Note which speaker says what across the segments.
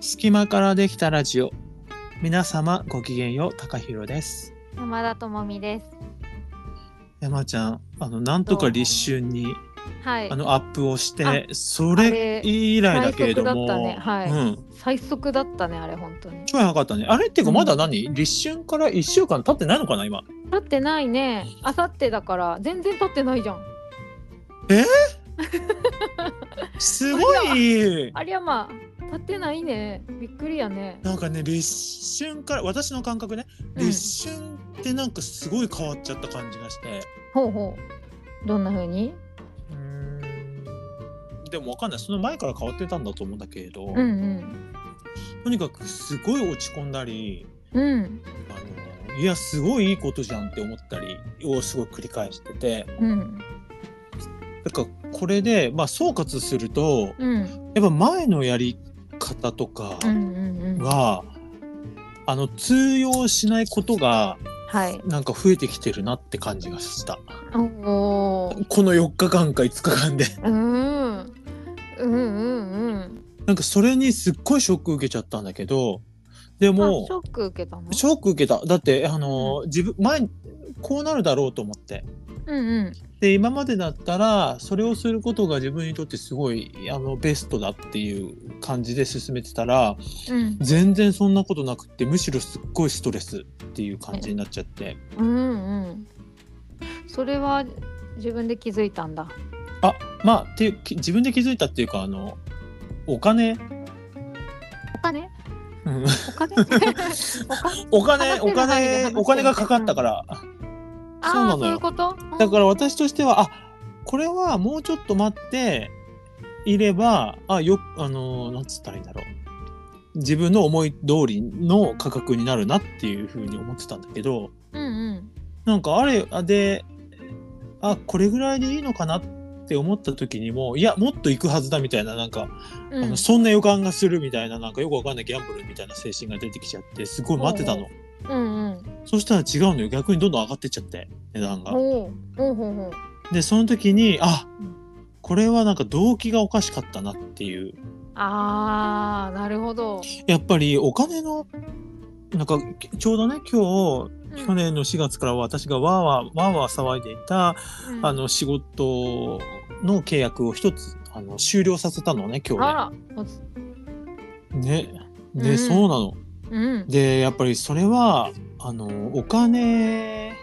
Speaker 1: 隙間からできたラジオ皆様ごきげんよう高弘です
Speaker 2: 山田智美です。
Speaker 1: 山ちゃんあのなんとか立春に
Speaker 2: はい
Speaker 1: あ。のアップをしてそ
Speaker 2: あ
Speaker 1: れ
Speaker 2: れ
Speaker 1: 以来だけれど
Speaker 2: 最
Speaker 1: も、
Speaker 2: 速だったねはい
Speaker 1: うん
Speaker 2: 最速だったね、あれ、本当に。
Speaker 1: 超早かったねあれっていうか
Speaker 2: うん
Speaker 1: まだ何、立春から1週間経ってないのかな今
Speaker 2: 経ってないね。あさってだから、全然経ってないじゃん。
Speaker 1: すごい
Speaker 2: ありゃまあ、経ってないね。びっくりやね。
Speaker 1: なんかね立春から私の感覚ね
Speaker 2: うん
Speaker 1: 立春ってなんかすごい変わっちゃった感じがして
Speaker 2: ほうほう。どんな風に
Speaker 1: うーんでもわかんないその前から変わってたんだと思うんだけれど、
Speaker 2: うんうん。
Speaker 1: とにかくすごい落ち込んだり
Speaker 2: うん。
Speaker 1: あのいやすごいいいことじゃんって思ったりをすごい繰り返してて
Speaker 2: うん。
Speaker 1: だからこれで、まあ、総括すると
Speaker 2: うん。
Speaker 1: やっぱ前のやり方とか
Speaker 2: うん。うん。うん。
Speaker 1: は、あの通用しないことが
Speaker 2: はい。
Speaker 1: なんか増えてきてるなって感じがした
Speaker 2: おお。
Speaker 1: この4日間か5日間で
Speaker 2: うーん。うんうんうん。
Speaker 1: なんかそれにすっごいショック受けちゃったんだけどで
Speaker 2: あ
Speaker 1: も
Speaker 2: ショック受けたの
Speaker 1: ショック受けただってあの自分前こうなるだろうと思って
Speaker 2: うんうん。
Speaker 1: で今までだったらそれをすることが自分にとってすごいあのベストだっていう感じで進めてたら
Speaker 2: うん。
Speaker 1: 全然そんなことなくってむしろすっごいストレスっていう感じになっちゃって
Speaker 2: うんうん。それは自分で気づいたんだ。
Speaker 1: あまあっていうき自分で気づいたっていうかあのお金
Speaker 2: お金
Speaker 1: うん
Speaker 2: お金
Speaker 1: お
Speaker 2: お 金
Speaker 1: 金お
Speaker 2: 話
Speaker 1: 金
Speaker 2: せる範囲で話して
Speaker 1: お金がかかったから
Speaker 2: あ
Speaker 1: そうなのよ
Speaker 2: あそういうこと
Speaker 1: だから私としてはあこれはもうちょっと待っていればあよあのなんつったらいいんだろう自分の思い通りの価格になるなっていうふうに思ってたんだけど
Speaker 2: うんうん
Speaker 1: なんかあれあであこれぐらいでいいのかなって思った時にもいやもっと行くはずだみたいななんか、
Speaker 2: うん
Speaker 1: あのそんな予感がするみたいななんかよくわかんないギャンブルみたいな精神が出てきちゃってすごい待ってたの、
Speaker 2: うんうん
Speaker 1: そしたら違うのよ逆にどんどん上がってっちゃって値段が。
Speaker 2: おうおうほうほう
Speaker 1: でその時にあ
Speaker 2: うん
Speaker 1: これはなんか動機がおかしかったなっていう
Speaker 2: ああなるほど、
Speaker 1: やっぱりお金のなんかちょうどね今
Speaker 2: う
Speaker 1: 日
Speaker 2: ん
Speaker 1: 去年の4月から私がわーわーわーわー騒いでいた
Speaker 2: うん
Speaker 1: あの仕事の契約を一つあの終了させたのね
Speaker 2: あ
Speaker 1: 今
Speaker 2: らおつ
Speaker 1: 日ね。ね
Speaker 2: う
Speaker 1: ね
Speaker 2: ん
Speaker 1: そうなの。
Speaker 2: うん
Speaker 1: でやっぱりそれはあのお金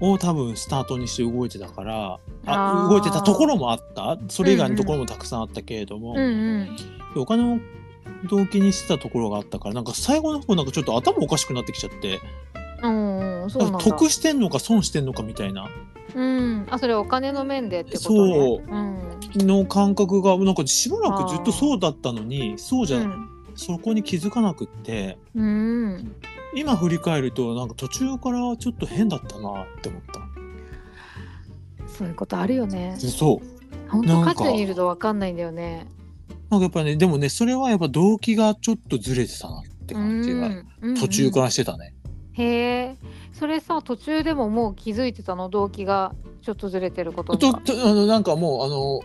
Speaker 1: を多分スタートにして動いてたからあ
Speaker 2: あー
Speaker 1: 動いてたところもあったそれ以外のところもたくさんあったけれども、
Speaker 2: うんうん
Speaker 1: でお金を動機にしてたところがあったからなんか最後の方なんかちょっと頭おかしくなってきちゃって
Speaker 2: うんうんそうなんだ
Speaker 1: 得してんのか損してんのかみたいな
Speaker 2: うんあそれお金の面でってこと
Speaker 1: そ
Speaker 2: ね
Speaker 1: う
Speaker 2: うん
Speaker 1: の感覚がなんかしばらくずっとそうだったのにそうじゃ、
Speaker 2: うん
Speaker 1: そこに気づかなくって
Speaker 2: うん
Speaker 1: 今振り返るとなんか途中からちょっと変だったなって思った。
Speaker 2: そういうことあるよね
Speaker 1: でそう
Speaker 2: 本
Speaker 1: な
Speaker 2: 当
Speaker 1: んか
Speaker 2: 渦中にいるとわかんないんだよね
Speaker 1: なんかやっぱねでもねそれはやっぱ動機がちょっとずれてたなって感じが
Speaker 2: うん
Speaker 1: 途中かららしてたね。
Speaker 2: へえそれさ途中でももう気づいてたの動機がちょっとずれてることに
Speaker 1: と
Speaker 2: は
Speaker 1: とあのなんかもうあの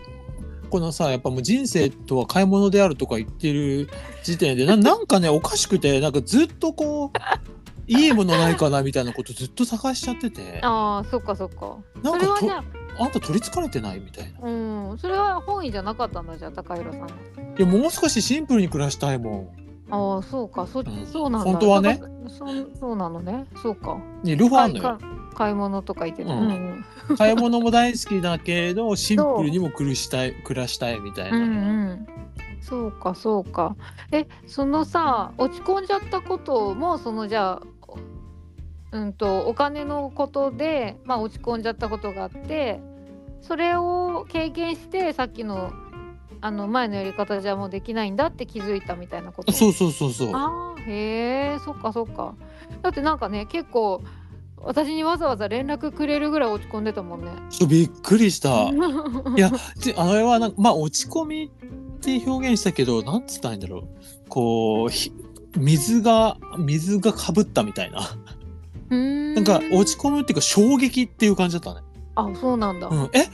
Speaker 1: このさやっぱもう人生とは買い物であるとか言ってる時点 でななんかねおかしくてなんかずっとこう。いいものないかなみたいなことずっと探しちゃっててな
Speaker 2: ああそっかそっかそ
Speaker 1: ん
Speaker 2: れ
Speaker 1: か
Speaker 2: は
Speaker 1: と
Speaker 2: じゃ
Speaker 1: あんた取りつかれてないみたいな
Speaker 2: あうんそれは本意じゃなかったんだじゃあ高弘さん
Speaker 1: いやもう少しシンプルに暮らしたいも
Speaker 2: のああそうかそ,、
Speaker 1: ん
Speaker 2: そうなんだ
Speaker 1: 本当はね
Speaker 2: そそそうなのねそうか
Speaker 1: んね両方あるのよ
Speaker 2: か買い物とか言ってた、
Speaker 1: う
Speaker 2: うんんうん、
Speaker 1: 買い物も大好きだけれどシンプルにも暮らしたい暮らしたいみたい
Speaker 2: うんう
Speaker 1: な、
Speaker 2: んそうかそうかえそのさ落ち込んじゃったこともそのじゃあうんとお金のことで、まあ、落ち込んじゃったことがあってそれを経験してさっきのあの前のやり方じゃもうできないんだって気づいたみたいなこと
Speaker 1: そうそうそうそう
Speaker 2: あーへえそっかそっかだってなんかね結構私にわざわざ連絡くれるぐらい落ち込んでたもんね。
Speaker 1: そうびっくり した。い
Speaker 2: や
Speaker 1: や、であれはなんか、まあ、落ち込みって表現したけど、なんつったらいいんだろう。こう、ひ水が、水がかぶったみたいな。なんか、落ち込むっていうか、衝撃っていう感じだったね。
Speaker 2: あそうなんだ。
Speaker 1: うん、え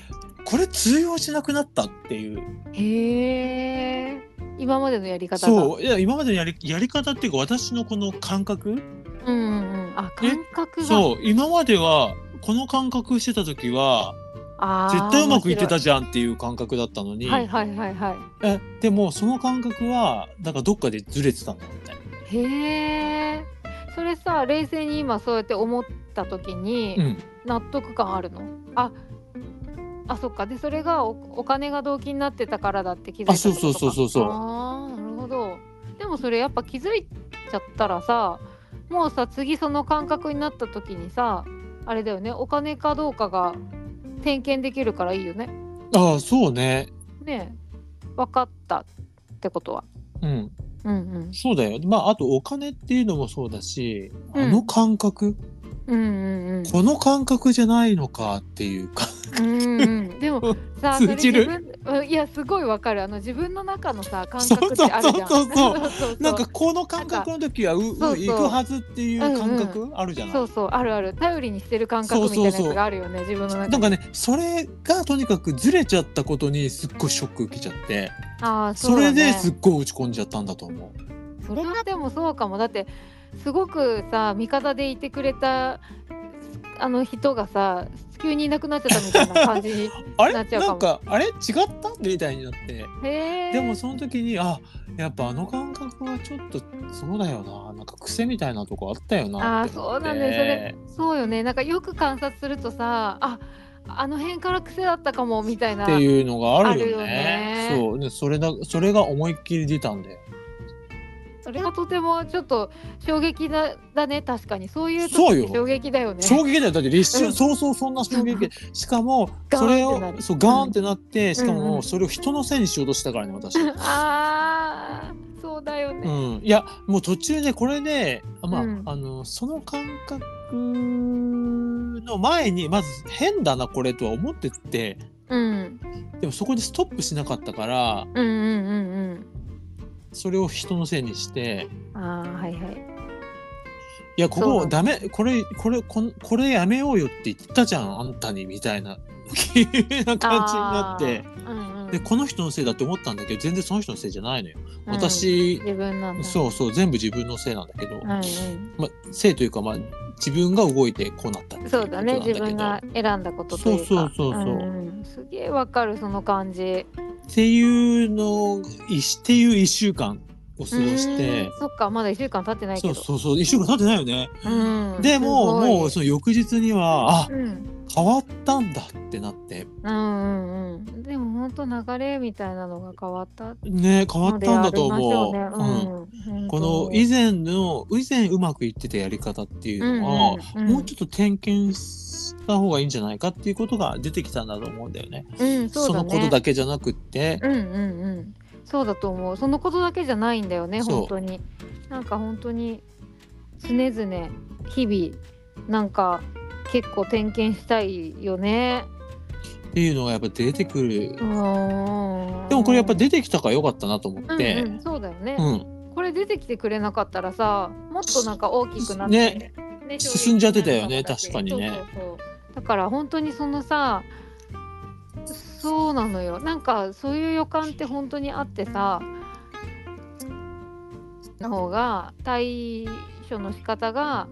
Speaker 1: これ通用しなくなったっていう
Speaker 2: へえ今までのやり方が
Speaker 1: そういや今までのやりやり方っていうか私のこの感覚
Speaker 2: うんうんうんあ
Speaker 1: え
Speaker 2: 感覚が
Speaker 1: そう今まではこの感覚してた時は
Speaker 2: あー
Speaker 1: 絶対うまくいってた
Speaker 2: 面
Speaker 1: じゃんっていう感覚だったのに、
Speaker 2: 白いはいはいはいは
Speaker 1: えでもその感覚はなんかどっかでずれてたんだみたい
Speaker 2: いへえそれさ冷静に今そうやって思った時に、
Speaker 1: な、うん、
Speaker 2: 納得感あるのああそっかでそれがおお金が動機になってたからだって気づいた
Speaker 1: あそうそうそうそうそう
Speaker 2: あーなるほどでもそれやっぱ気づいちゃったらさもうさ次その感覚になった時にさあれだよねお金かどうかが点検できるからいいよね
Speaker 1: ああそうね
Speaker 2: ねえ分かったってことは
Speaker 1: うん
Speaker 2: うんうん
Speaker 1: そうだよまああとお金っていうのもそうだし、
Speaker 2: うん
Speaker 1: あの感覚
Speaker 2: うんうんうん
Speaker 1: この感覚じゃないのかっていうか
Speaker 2: うんうん でもさ
Speaker 1: 通じる
Speaker 2: それ自分うんいやすごいわかるあの自分の中のさ感覚っ
Speaker 1: そうそう
Speaker 2: てあるじゃん
Speaker 1: そうそう
Speaker 2: そう
Speaker 1: なんかこの感覚の時はうう
Speaker 2: そうそう
Speaker 1: 行くはずっていう感覚あるじゃない、
Speaker 2: そうそうあるある頼りにしてる感
Speaker 1: そ
Speaker 2: 覚
Speaker 1: うそう
Speaker 2: みたい
Speaker 1: そう
Speaker 2: なやつがあるよね自分の
Speaker 1: な
Speaker 2: 中
Speaker 1: ん
Speaker 2: で
Speaker 1: かねそれがとにかくずれちゃったことにすっごいショック受けちゃって
Speaker 2: ああ
Speaker 1: そ,、
Speaker 2: うだ
Speaker 1: れで
Speaker 2: ね
Speaker 1: すっごい落ち込んじゃったんだと思う
Speaker 2: それはでもそうかもだってすごくさ味方でいてくれたあの人がさ急にいなくなっちゃったみたいな感じ に
Speaker 1: あれ
Speaker 2: な
Speaker 1: な
Speaker 2: っちゃうかも
Speaker 1: んかあれ違ったみたいになって
Speaker 2: へえ
Speaker 1: でもその時にあやっぱあの感覚はちょっとそうだよななんか癖みたいなとこあったよな
Speaker 2: あ
Speaker 1: っ
Speaker 2: あ
Speaker 1: て
Speaker 2: そ
Speaker 1: 思
Speaker 2: う
Speaker 1: って
Speaker 2: なんだよそれそうよねなんかよく観察するとさああの辺から癖だったかもみたいな
Speaker 1: っていうのがあるよね
Speaker 2: あるよ
Speaker 1: そうでそれだそれが思いっきり出たんだよ
Speaker 2: それがとてもちょっと衝撃だだね確かにそういう時
Speaker 1: そうよ
Speaker 2: 衝撃だよね
Speaker 1: 衝撃だよだって立
Speaker 2: う
Speaker 1: 春
Speaker 2: ん
Speaker 1: そうそうそんな衝 撃しかも
Speaker 2: ガー
Speaker 1: そ
Speaker 2: ン
Speaker 1: れ
Speaker 2: ってな
Speaker 1: を
Speaker 2: る
Speaker 1: そうガーンってなってしか
Speaker 2: うんう
Speaker 1: も
Speaker 2: ん
Speaker 1: それを人のせいにしようとしたからね私。
Speaker 2: あーそうだよ
Speaker 1: う
Speaker 2: ね。
Speaker 1: ん、いやもう途中でこれで、まあ
Speaker 2: うん
Speaker 1: あのその感覚の前にまず変だなこれとは思ってて
Speaker 2: うん、
Speaker 1: でもそこでストップしなかったから
Speaker 2: うん、うん、うん、
Speaker 1: それを人のせいにして
Speaker 2: うん。ああ、はい、はい。
Speaker 1: いやこ
Speaker 2: そう
Speaker 1: こダ
Speaker 2: だ
Speaker 1: メこれこれこんこれやめようよって言ったじゃんあんたにみたいなな感じになって
Speaker 2: あー。うん、うん。
Speaker 1: でこの人のせいだって思ったんだけど全然その人のせいじゃないのよ。
Speaker 2: うん、
Speaker 1: 私、
Speaker 2: 自分なんだ。う。
Speaker 1: そうそう全部自分のせいなんだけど、
Speaker 2: うん、う
Speaker 1: まあ、せいというか、まあ、自分が動いてこうなったってい
Speaker 2: ん。そうだね。
Speaker 1: こと
Speaker 2: 自
Speaker 1: なん
Speaker 2: 分が
Speaker 1: けど
Speaker 2: 選んだことというか。
Speaker 1: そうそうそうそうん
Speaker 2: んすげえわかる、その感
Speaker 1: っ
Speaker 2: じ。
Speaker 1: ていうのいしっていう1週間を過ごし
Speaker 2: う
Speaker 1: て
Speaker 2: んそっか、まだ一週間経ってないけ
Speaker 1: そ
Speaker 2: ど。
Speaker 1: うそうそう1週間経ってないよね、
Speaker 2: うん。
Speaker 1: でも
Speaker 2: すごい
Speaker 1: もうその翌日にはあ
Speaker 2: うん。
Speaker 1: 変わったんだってなって
Speaker 2: うん、うん、うん。でも、本当流れみたいなのが変わった。
Speaker 1: ね変わったんだと思う、
Speaker 2: のでありまし
Speaker 1: うん
Speaker 2: ょうね。うん。
Speaker 1: この以前の以前うまくいってたやり方っていうのは、
Speaker 2: うんうんうん
Speaker 1: もうちょっと点検した方がいいんじゃないかっていうことが出てきたんだと思うんだよね。
Speaker 2: うん、そう
Speaker 1: の
Speaker 2: だね。
Speaker 1: ことだけじゃなくって、
Speaker 2: うんうんうんそうだと思うそのことだけじゃないんだよね
Speaker 1: そう
Speaker 2: 本当になんか本当に常々日々なんか結構点検したいよね
Speaker 1: っていうのがやっぱ出てくる、
Speaker 2: うーん
Speaker 1: でもこれやっぱ出てきたから良かったなと思
Speaker 2: う
Speaker 1: っ
Speaker 2: ん
Speaker 1: て、
Speaker 2: うんそうだよね、
Speaker 1: うん
Speaker 2: これ出てきてくれなかったらさもっとなんか大きくなって、
Speaker 1: ね
Speaker 2: ね
Speaker 1: 進んじゃってたよね
Speaker 2: 衝撃
Speaker 1: 確かにね
Speaker 2: そうそうそうだから本当にそのさそうなのよなんかそういう予感って本当にあってさの方が対処の仕方が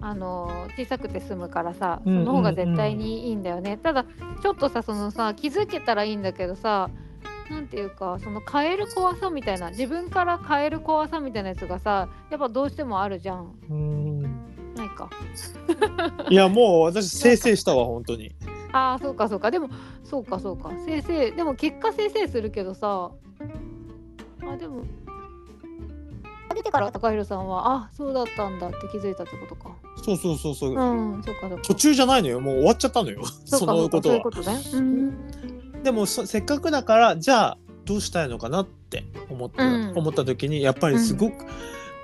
Speaker 2: あの小さくて済むからさその方が絶対にいいんだよね、ただちょっとさそのさ気づけたらいいんだけどさなんていうかその変える怖さみたいな自分から変える怖さみたいなやつがさやっぱどうしてもあるじゃんないか
Speaker 1: いやもう私生成したわ本当に
Speaker 2: ああそうかそうかでもそうかそうか先生でも結果先生するけどさあでも出てから高弘さんはあそうだったんだって気づいたってことか
Speaker 1: そうそうそうそう、
Speaker 2: うんそうかそうか
Speaker 1: 途中じゃないのよもう終わっちゃったのよ
Speaker 2: そ
Speaker 1: そう
Speaker 2: か
Speaker 1: の
Speaker 2: うか
Speaker 1: こと
Speaker 2: そうい
Speaker 1: は
Speaker 2: うことねうん
Speaker 1: でもそせっかくだからじゃあどうしたいのかなって思った,、
Speaker 2: うん
Speaker 1: 思った時にやっぱりすごく、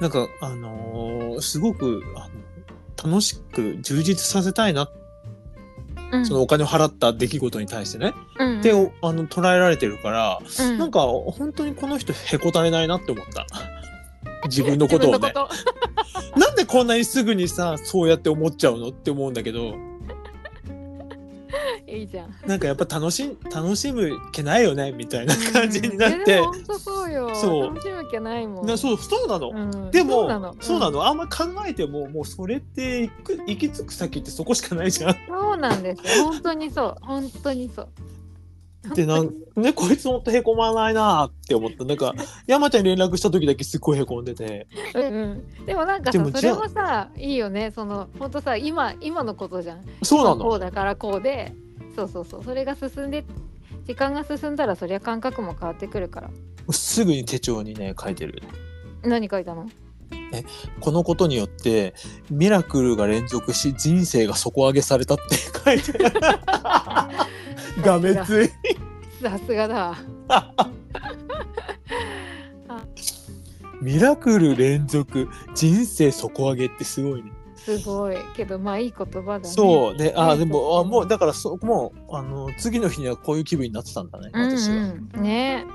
Speaker 1: なんかあのーすごくあの楽しく充実させたいな、
Speaker 2: うん
Speaker 1: そのお金を払った出来事に対してね、
Speaker 2: うん
Speaker 1: っておあの捉えられてるから、
Speaker 2: うん
Speaker 1: なんか本当にこの人へこたれないなって思 った。自分のことを
Speaker 2: 自分
Speaker 1: ね
Speaker 2: のこ
Speaker 1: なんでこんなにすぐにさそうやって思っちゃうのって思うんだけど
Speaker 2: といいじゃん。
Speaker 1: なんかやっぱ楽しん楽しむ気ないよねみたいな 感じになっ
Speaker 2: うんいや
Speaker 1: て
Speaker 2: でも、本当そうよ。
Speaker 1: そう
Speaker 2: 楽しむ気ないもん。
Speaker 1: なそうそうなの、
Speaker 2: うん
Speaker 1: で
Speaker 2: そうな
Speaker 1: も
Speaker 2: の。
Speaker 1: そうな
Speaker 2: の。
Speaker 1: の、あんま考えてももうそれって行く行き着く先ってそこしかないじゃんっ
Speaker 2: そうなんですよ。本当にそう。本当にそう。
Speaker 1: てなんねこいつほんとへこまないなーって思ったなんか山ちゃんに連絡した時だけすっごいへこんでて
Speaker 2: うんうんでもなんか
Speaker 1: で
Speaker 2: さ
Speaker 1: も
Speaker 2: そ
Speaker 1: じゃ
Speaker 2: れ
Speaker 1: あ
Speaker 2: もさいいよねその本当さ今今のことじゃん
Speaker 1: そうな
Speaker 2: こ
Speaker 1: の
Speaker 2: うだからこうでそうそうそうそれが進んで時間が進んだらそりゃ感覚も変わってくるから
Speaker 1: すぐに手帳にね書いてる
Speaker 2: 何書いたの
Speaker 1: このことによってミラクルが連続し人生が底上げされたって書いて あるがめつい
Speaker 2: さすがだ
Speaker 1: ミラクル連続人生底上げってすごいね。
Speaker 2: すごいけどまあいい言葉だね
Speaker 1: そうで、あ
Speaker 2: う
Speaker 1: あ
Speaker 2: ん
Speaker 1: でもあもうだからそもうあの次の日にはこういう気分になってたんだね。
Speaker 2: うん
Speaker 1: 私は。
Speaker 2: うんね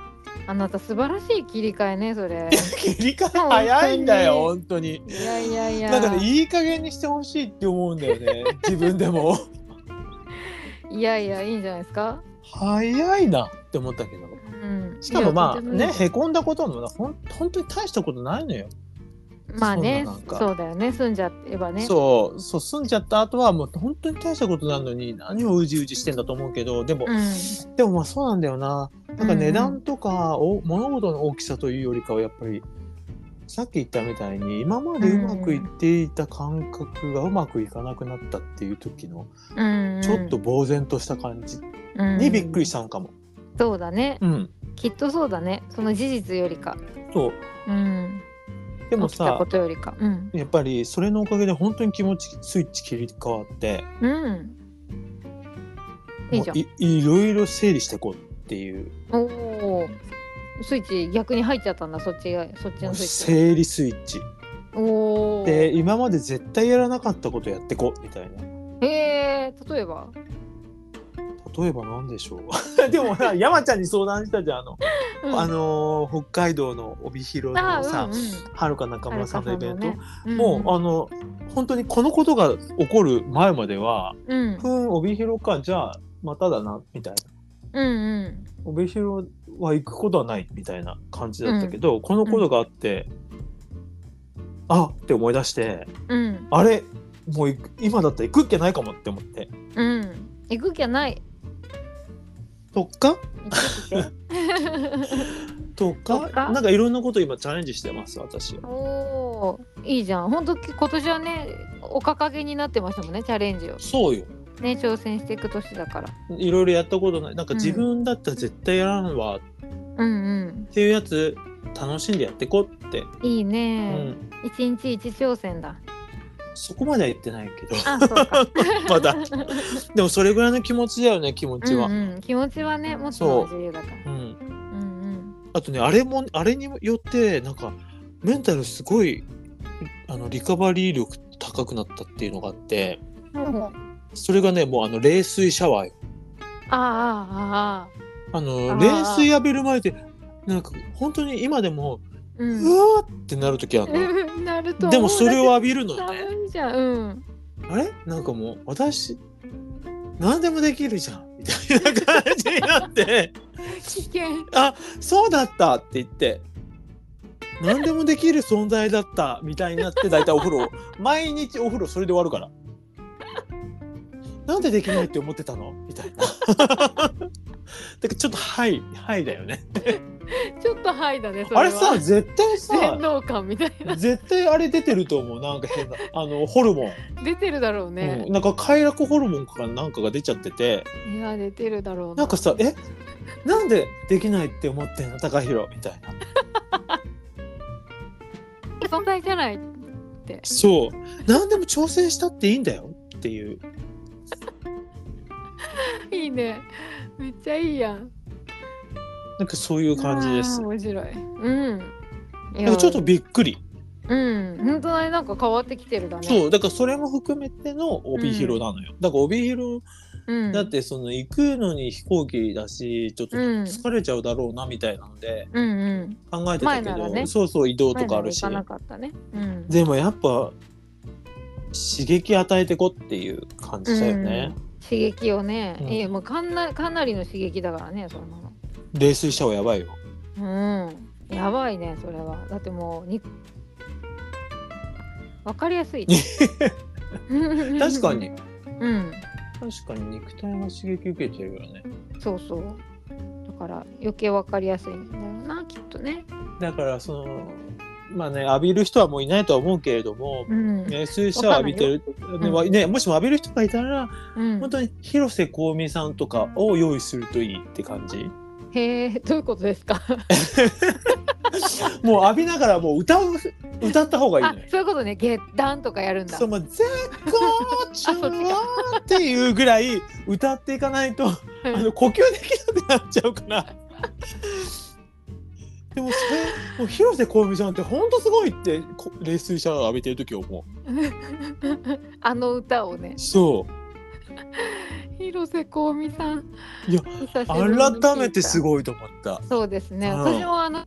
Speaker 2: あなた素晴らしい切り替えねそれ
Speaker 1: 切り替え早いんだよ本当に。
Speaker 2: いやいやいや
Speaker 1: なんかねいい加減にしてほしいって思うんだよ ね自分でも。
Speaker 2: いやいやいいんじゃないですか
Speaker 1: 早いなって思ったけど。
Speaker 2: うん
Speaker 1: しかもまあ
Speaker 2: いや
Speaker 1: ね
Speaker 2: とてもいい
Speaker 1: へこんだこともなほん本当に大したことないのよ。
Speaker 2: まあね
Speaker 1: そんななんか
Speaker 2: そうだよね住んじゃえばね
Speaker 1: そうそう住んじゃった後はもう本当に大したことなのに何をうじうじしてんだと思うけどでも、
Speaker 2: うん
Speaker 1: でもまあそうなんだよな。なんか値
Speaker 2: うんう
Speaker 1: 段
Speaker 2: ん
Speaker 1: とかお物事の大きさというよりかはやっぱりさっき言ったみたいに今までうまくいっていた感覚がうまくいかなくなったっていう時の
Speaker 2: うんうん
Speaker 1: ちょっと呆然とした感じ
Speaker 2: うん
Speaker 1: にびっくりしたのかも。
Speaker 2: そうだね
Speaker 1: うん、
Speaker 2: きっとそうだねその事実よりか
Speaker 1: そう
Speaker 2: うん
Speaker 1: でも
Speaker 2: 起きた
Speaker 1: さ
Speaker 2: ことよりかうん
Speaker 1: やっぱりそれのおかげで本当に気持ちスイッチ切り替わって
Speaker 2: うんいいじゃん
Speaker 1: もういいろいろ整理していこうっていう
Speaker 2: おおースイッチ逆に入っちゃったんだそっちがそっちのスイッチ
Speaker 1: 整理スイッチ
Speaker 2: おお
Speaker 1: で今まで絶対やらなかったことやってこうみたいな
Speaker 2: えー、例えば
Speaker 1: 例えば何でしょう でもさ山ちゃんに相談したじゃんあの、
Speaker 2: うん
Speaker 1: あのー北海道の帯広
Speaker 2: あ
Speaker 1: のさ、
Speaker 2: うんうん
Speaker 1: はるか中村さんのイベント、
Speaker 2: はるかさんのね
Speaker 1: もう、あの本当にこのことが起こる前までは
Speaker 2: うんうん
Speaker 1: ふん帯広かじゃあまただなみたいな
Speaker 2: うんうん
Speaker 1: 帯広は行くことはないみたいな感じだったけど、このことがあって、あって思い出して
Speaker 2: うん
Speaker 1: あれもう行く今だったら行くっけないかもって思って
Speaker 2: うん行く気はない
Speaker 1: とっか
Speaker 2: 行ってきて
Speaker 1: とか
Speaker 2: とか
Speaker 1: なんかいろんなこと今チャレンジしてます私は。
Speaker 2: おーいいじゃん本当今年はねお掲げになってましたもんねチャレンジを
Speaker 1: そうよ
Speaker 2: ね挑戦していく年だから
Speaker 1: いろいろやったことないなんか
Speaker 2: うん
Speaker 1: 自分だったら絶対やらんわっ
Speaker 2: うん
Speaker 1: ていうやつ楽しんでやってこうって、
Speaker 2: うんいいうね、
Speaker 1: ん、
Speaker 2: 一日一挑戦だ
Speaker 1: そこまでは言ってないけ ど
Speaker 2: あそう か
Speaker 1: まだでもそれぐらいの気持ちだよね気持ちは。
Speaker 2: う
Speaker 1: うんん
Speaker 2: うん、気持ちはねもっ
Speaker 1: そう
Speaker 2: と自由だからうん
Speaker 1: あとねあれもあれによってなんかメンタルすごいあのリカバリー力高くなったっていうのがあって
Speaker 2: うん
Speaker 1: それがねもうあの冷水シャワーよ
Speaker 2: ああああああ
Speaker 1: あ
Speaker 2: あ
Speaker 1: の
Speaker 2: ー
Speaker 1: 冷水浴びる前でなんか本当に今でも
Speaker 2: う
Speaker 1: うんわーってなる時あるの。
Speaker 2: うんなると思う
Speaker 1: でもそれを浴びるのよね。
Speaker 2: 寒いじゃんうん
Speaker 1: あれなんかもう私何でもできるじゃんみたいな感じになって
Speaker 2: 危険
Speaker 1: あそうだったって言って何でもできる存在だったみたいになって大体お風呂毎日お風呂それで終わるからなんでできないって思ってたのみたいなだからちょっと「はい」「はい」だよね
Speaker 2: ちょっとはいだねそれは
Speaker 1: あれさ絶対
Speaker 2: 電
Speaker 1: さ
Speaker 2: 動感みたいな
Speaker 1: 絶対あれ出てると思うなんか変なあのホルモン、
Speaker 2: 出てるだろうね
Speaker 1: うん、、なんか快楽ホルモンかなんかが出ちゃってて
Speaker 2: いや出てるだろう
Speaker 1: なんかさ「えなんでできないって思ってんの高弘」みたいな
Speaker 2: 存在じゃない
Speaker 1: そう何でも挑戦したっていいんだよっていう
Speaker 2: いいねめっちゃいいやん
Speaker 1: なんかそういう感じです
Speaker 2: あー面白いうんい
Speaker 1: なん
Speaker 2: や
Speaker 1: かちょっとびっくり
Speaker 2: うん本当だねなんか変わってきてるだね
Speaker 1: そうだからそれも含めての帯広なのよ、だから帯広
Speaker 2: うん、
Speaker 1: だってその行くのに飛行機だしちょっと
Speaker 2: うん
Speaker 1: 疲れちゃうだろうなみたいなので
Speaker 2: うんうん
Speaker 1: 考えてたけ
Speaker 2: 前な
Speaker 1: ど、
Speaker 2: らね
Speaker 1: そうそう移動とかあるし
Speaker 2: 前まで行かなかったねうん
Speaker 1: でもやっぱ刺激与えてこっていう感じだよね、
Speaker 2: 刺激をね、
Speaker 1: うん
Speaker 2: いやもうかなかなりの刺激だからねそんなの。
Speaker 1: 泥酔した方がやばいよ
Speaker 2: うん、やばいねそれはだってもうにわかりやすい
Speaker 1: 確
Speaker 2: 確
Speaker 1: かに
Speaker 2: うん
Speaker 1: 確かに肉体は刺激受けてるよね
Speaker 2: そうそうだから余計わかりやすいんだろうなきっとね
Speaker 1: だからそのまあね浴びる人はもういないとは思うけれども
Speaker 2: うん、
Speaker 1: ね水シャワー浴びてる、ね
Speaker 2: う
Speaker 1: ね、もしも浴びる人がいたら、
Speaker 2: うん
Speaker 1: 本、当に広瀬香美さんとかを用意するといいって感じ
Speaker 2: へえどういうことですか
Speaker 1: もう浴びながらもう歌う歌った方がいい
Speaker 2: あ
Speaker 1: のよ
Speaker 2: そういうことね下段とかやるんだ
Speaker 1: そうもう絶好調っていうぐらい歌っていかないとあの呼吸できなくなっちゃうからでもそれもう広瀬香美さんってほんとすごいってこ冷水シャワー浴びてる時思う
Speaker 2: あの歌をね
Speaker 1: そう
Speaker 2: 広瀬香美さん
Speaker 1: いや
Speaker 2: 久しぶりに聞いた
Speaker 1: 改めてすごいと思った
Speaker 2: そうですね、
Speaker 1: うん
Speaker 2: 私もあの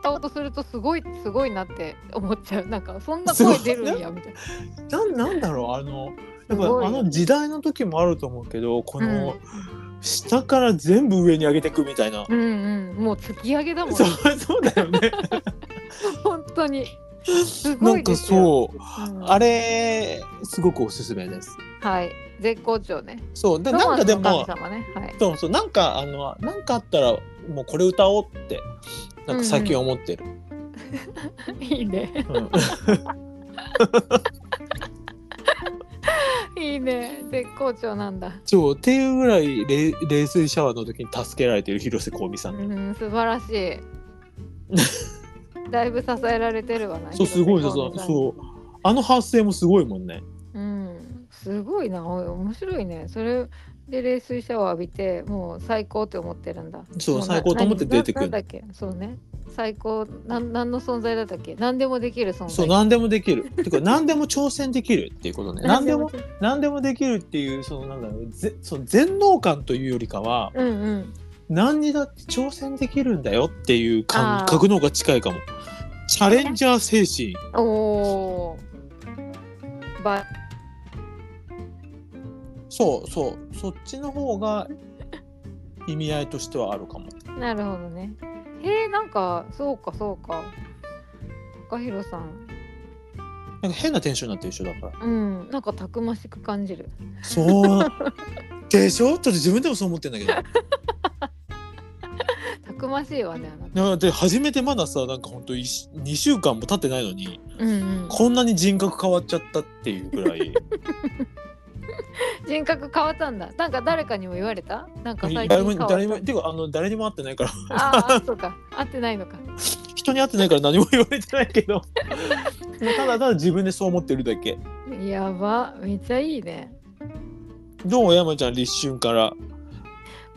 Speaker 2: 歌おうとするとすごいすごいなって思っちゃうなんかそんな声出るんやみたいな
Speaker 1: なんなんだろうあのやっ
Speaker 2: すご
Speaker 1: ぱ
Speaker 2: い
Speaker 1: あの時代の時もあると思うけどこの
Speaker 2: う
Speaker 1: 下から全部上に上げていくみたいな、
Speaker 2: うんうんもう突き上げだもん
Speaker 1: そうそうだよね
Speaker 2: 本当にす
Speaker 1: な
Speaker 2: ごい
Speaker 1: ん
Speaker 2: で
Speaker 1: か
Speaker 2: すよ
Speaker 1: そう
Speaker 2: うん
Speaker 1: あれすごくおすすめです
Speaker 2: はい絶好調ね
Speaker 1: そうでなんかでも
Speaker 2: ロマンスの神様ねはい
Speaker 1: そうそうなんかあのなんかあったらもうこれ歌おうってなんか最近思って る、
Speaker 2: いいね。
Speaker 1: うん
Speaker 2: いいね。絶好調なんだ。
Speaker 1: そうっていうぐらい冷冷水シャワーの時に助けられている広瀬香美さ、
Speaker 2: うんん、素晴らし い。だいぶ支えられてるわな。
Speaker 1: そうすごいです
Speaker 2: 広瀬香美さん
Speaker 1: そうあの発声もすごいもんね
Speaker 2: うん、すごいな。おい面白いね。それで冷水シャワー浴びて、もう最高って思ってるんだ。
Speaker 1: そう
Speaker 2: もな
Speaker 1: 最高と思って出てくる
Speaker 2: ななんだっけ。そうね。最高なん何の存在だったっけ。何でもできる存在。
Speaker 1: そう 何でもできる。てか何でも挑戦できるっていうこと ね。何でも
Speaker 2: でも。
Speaker 1: 何でもできるっていうそのなんだろうぜその全能感というよりかは
Speaker 2: うんうん。
Speaker 1: 何にだって挑戦できるんだよっていう感
Speaker 2: あー
Speaker 1: 覚の方が近いかも。チャレンジャー精神。
Speaker 2: おお。ば
Speaker 1: そうそうそっちの方 が意味合いとしてはあるかも。
Speaker 2: なるほどね。へえ、なんか、そうか、そうか。高弘さん。
Speaker 1: なんか変なテンションになってるでしょだから。
Speaker 2: うん、なんかたくましく感じる。
Speaker 1: そう。でしょちょっと自分でもそう思ってんだけど。
Speaker 2: たくましいわね、あなた。
Speaker 1: だって初めてまださなんかほんと2週間も経ってないのに。
Speaker 2: うん、うん。
Speaker 1: こんなに人格変わっちゃったっていうぐ らい
Speaker 2: 人格変わったんだ。なんか誰かにも言われた。なんか最近
Speaker 1: 誰
Speaker 2: 変わ
Speaker 1: も
Speaker 2: った。
Speaker 1: 誰もていうかあの誰にも会ってないから
Speaker 2: あーあ、そうか。合ってないのか。
Speaker 1: 人に会ってないから何も言われてないけ どただただ自分でそう思ってるだけ
Speaker 2: やば、めっちゃいいね。
Speaker 1: どう山ちゃん立春から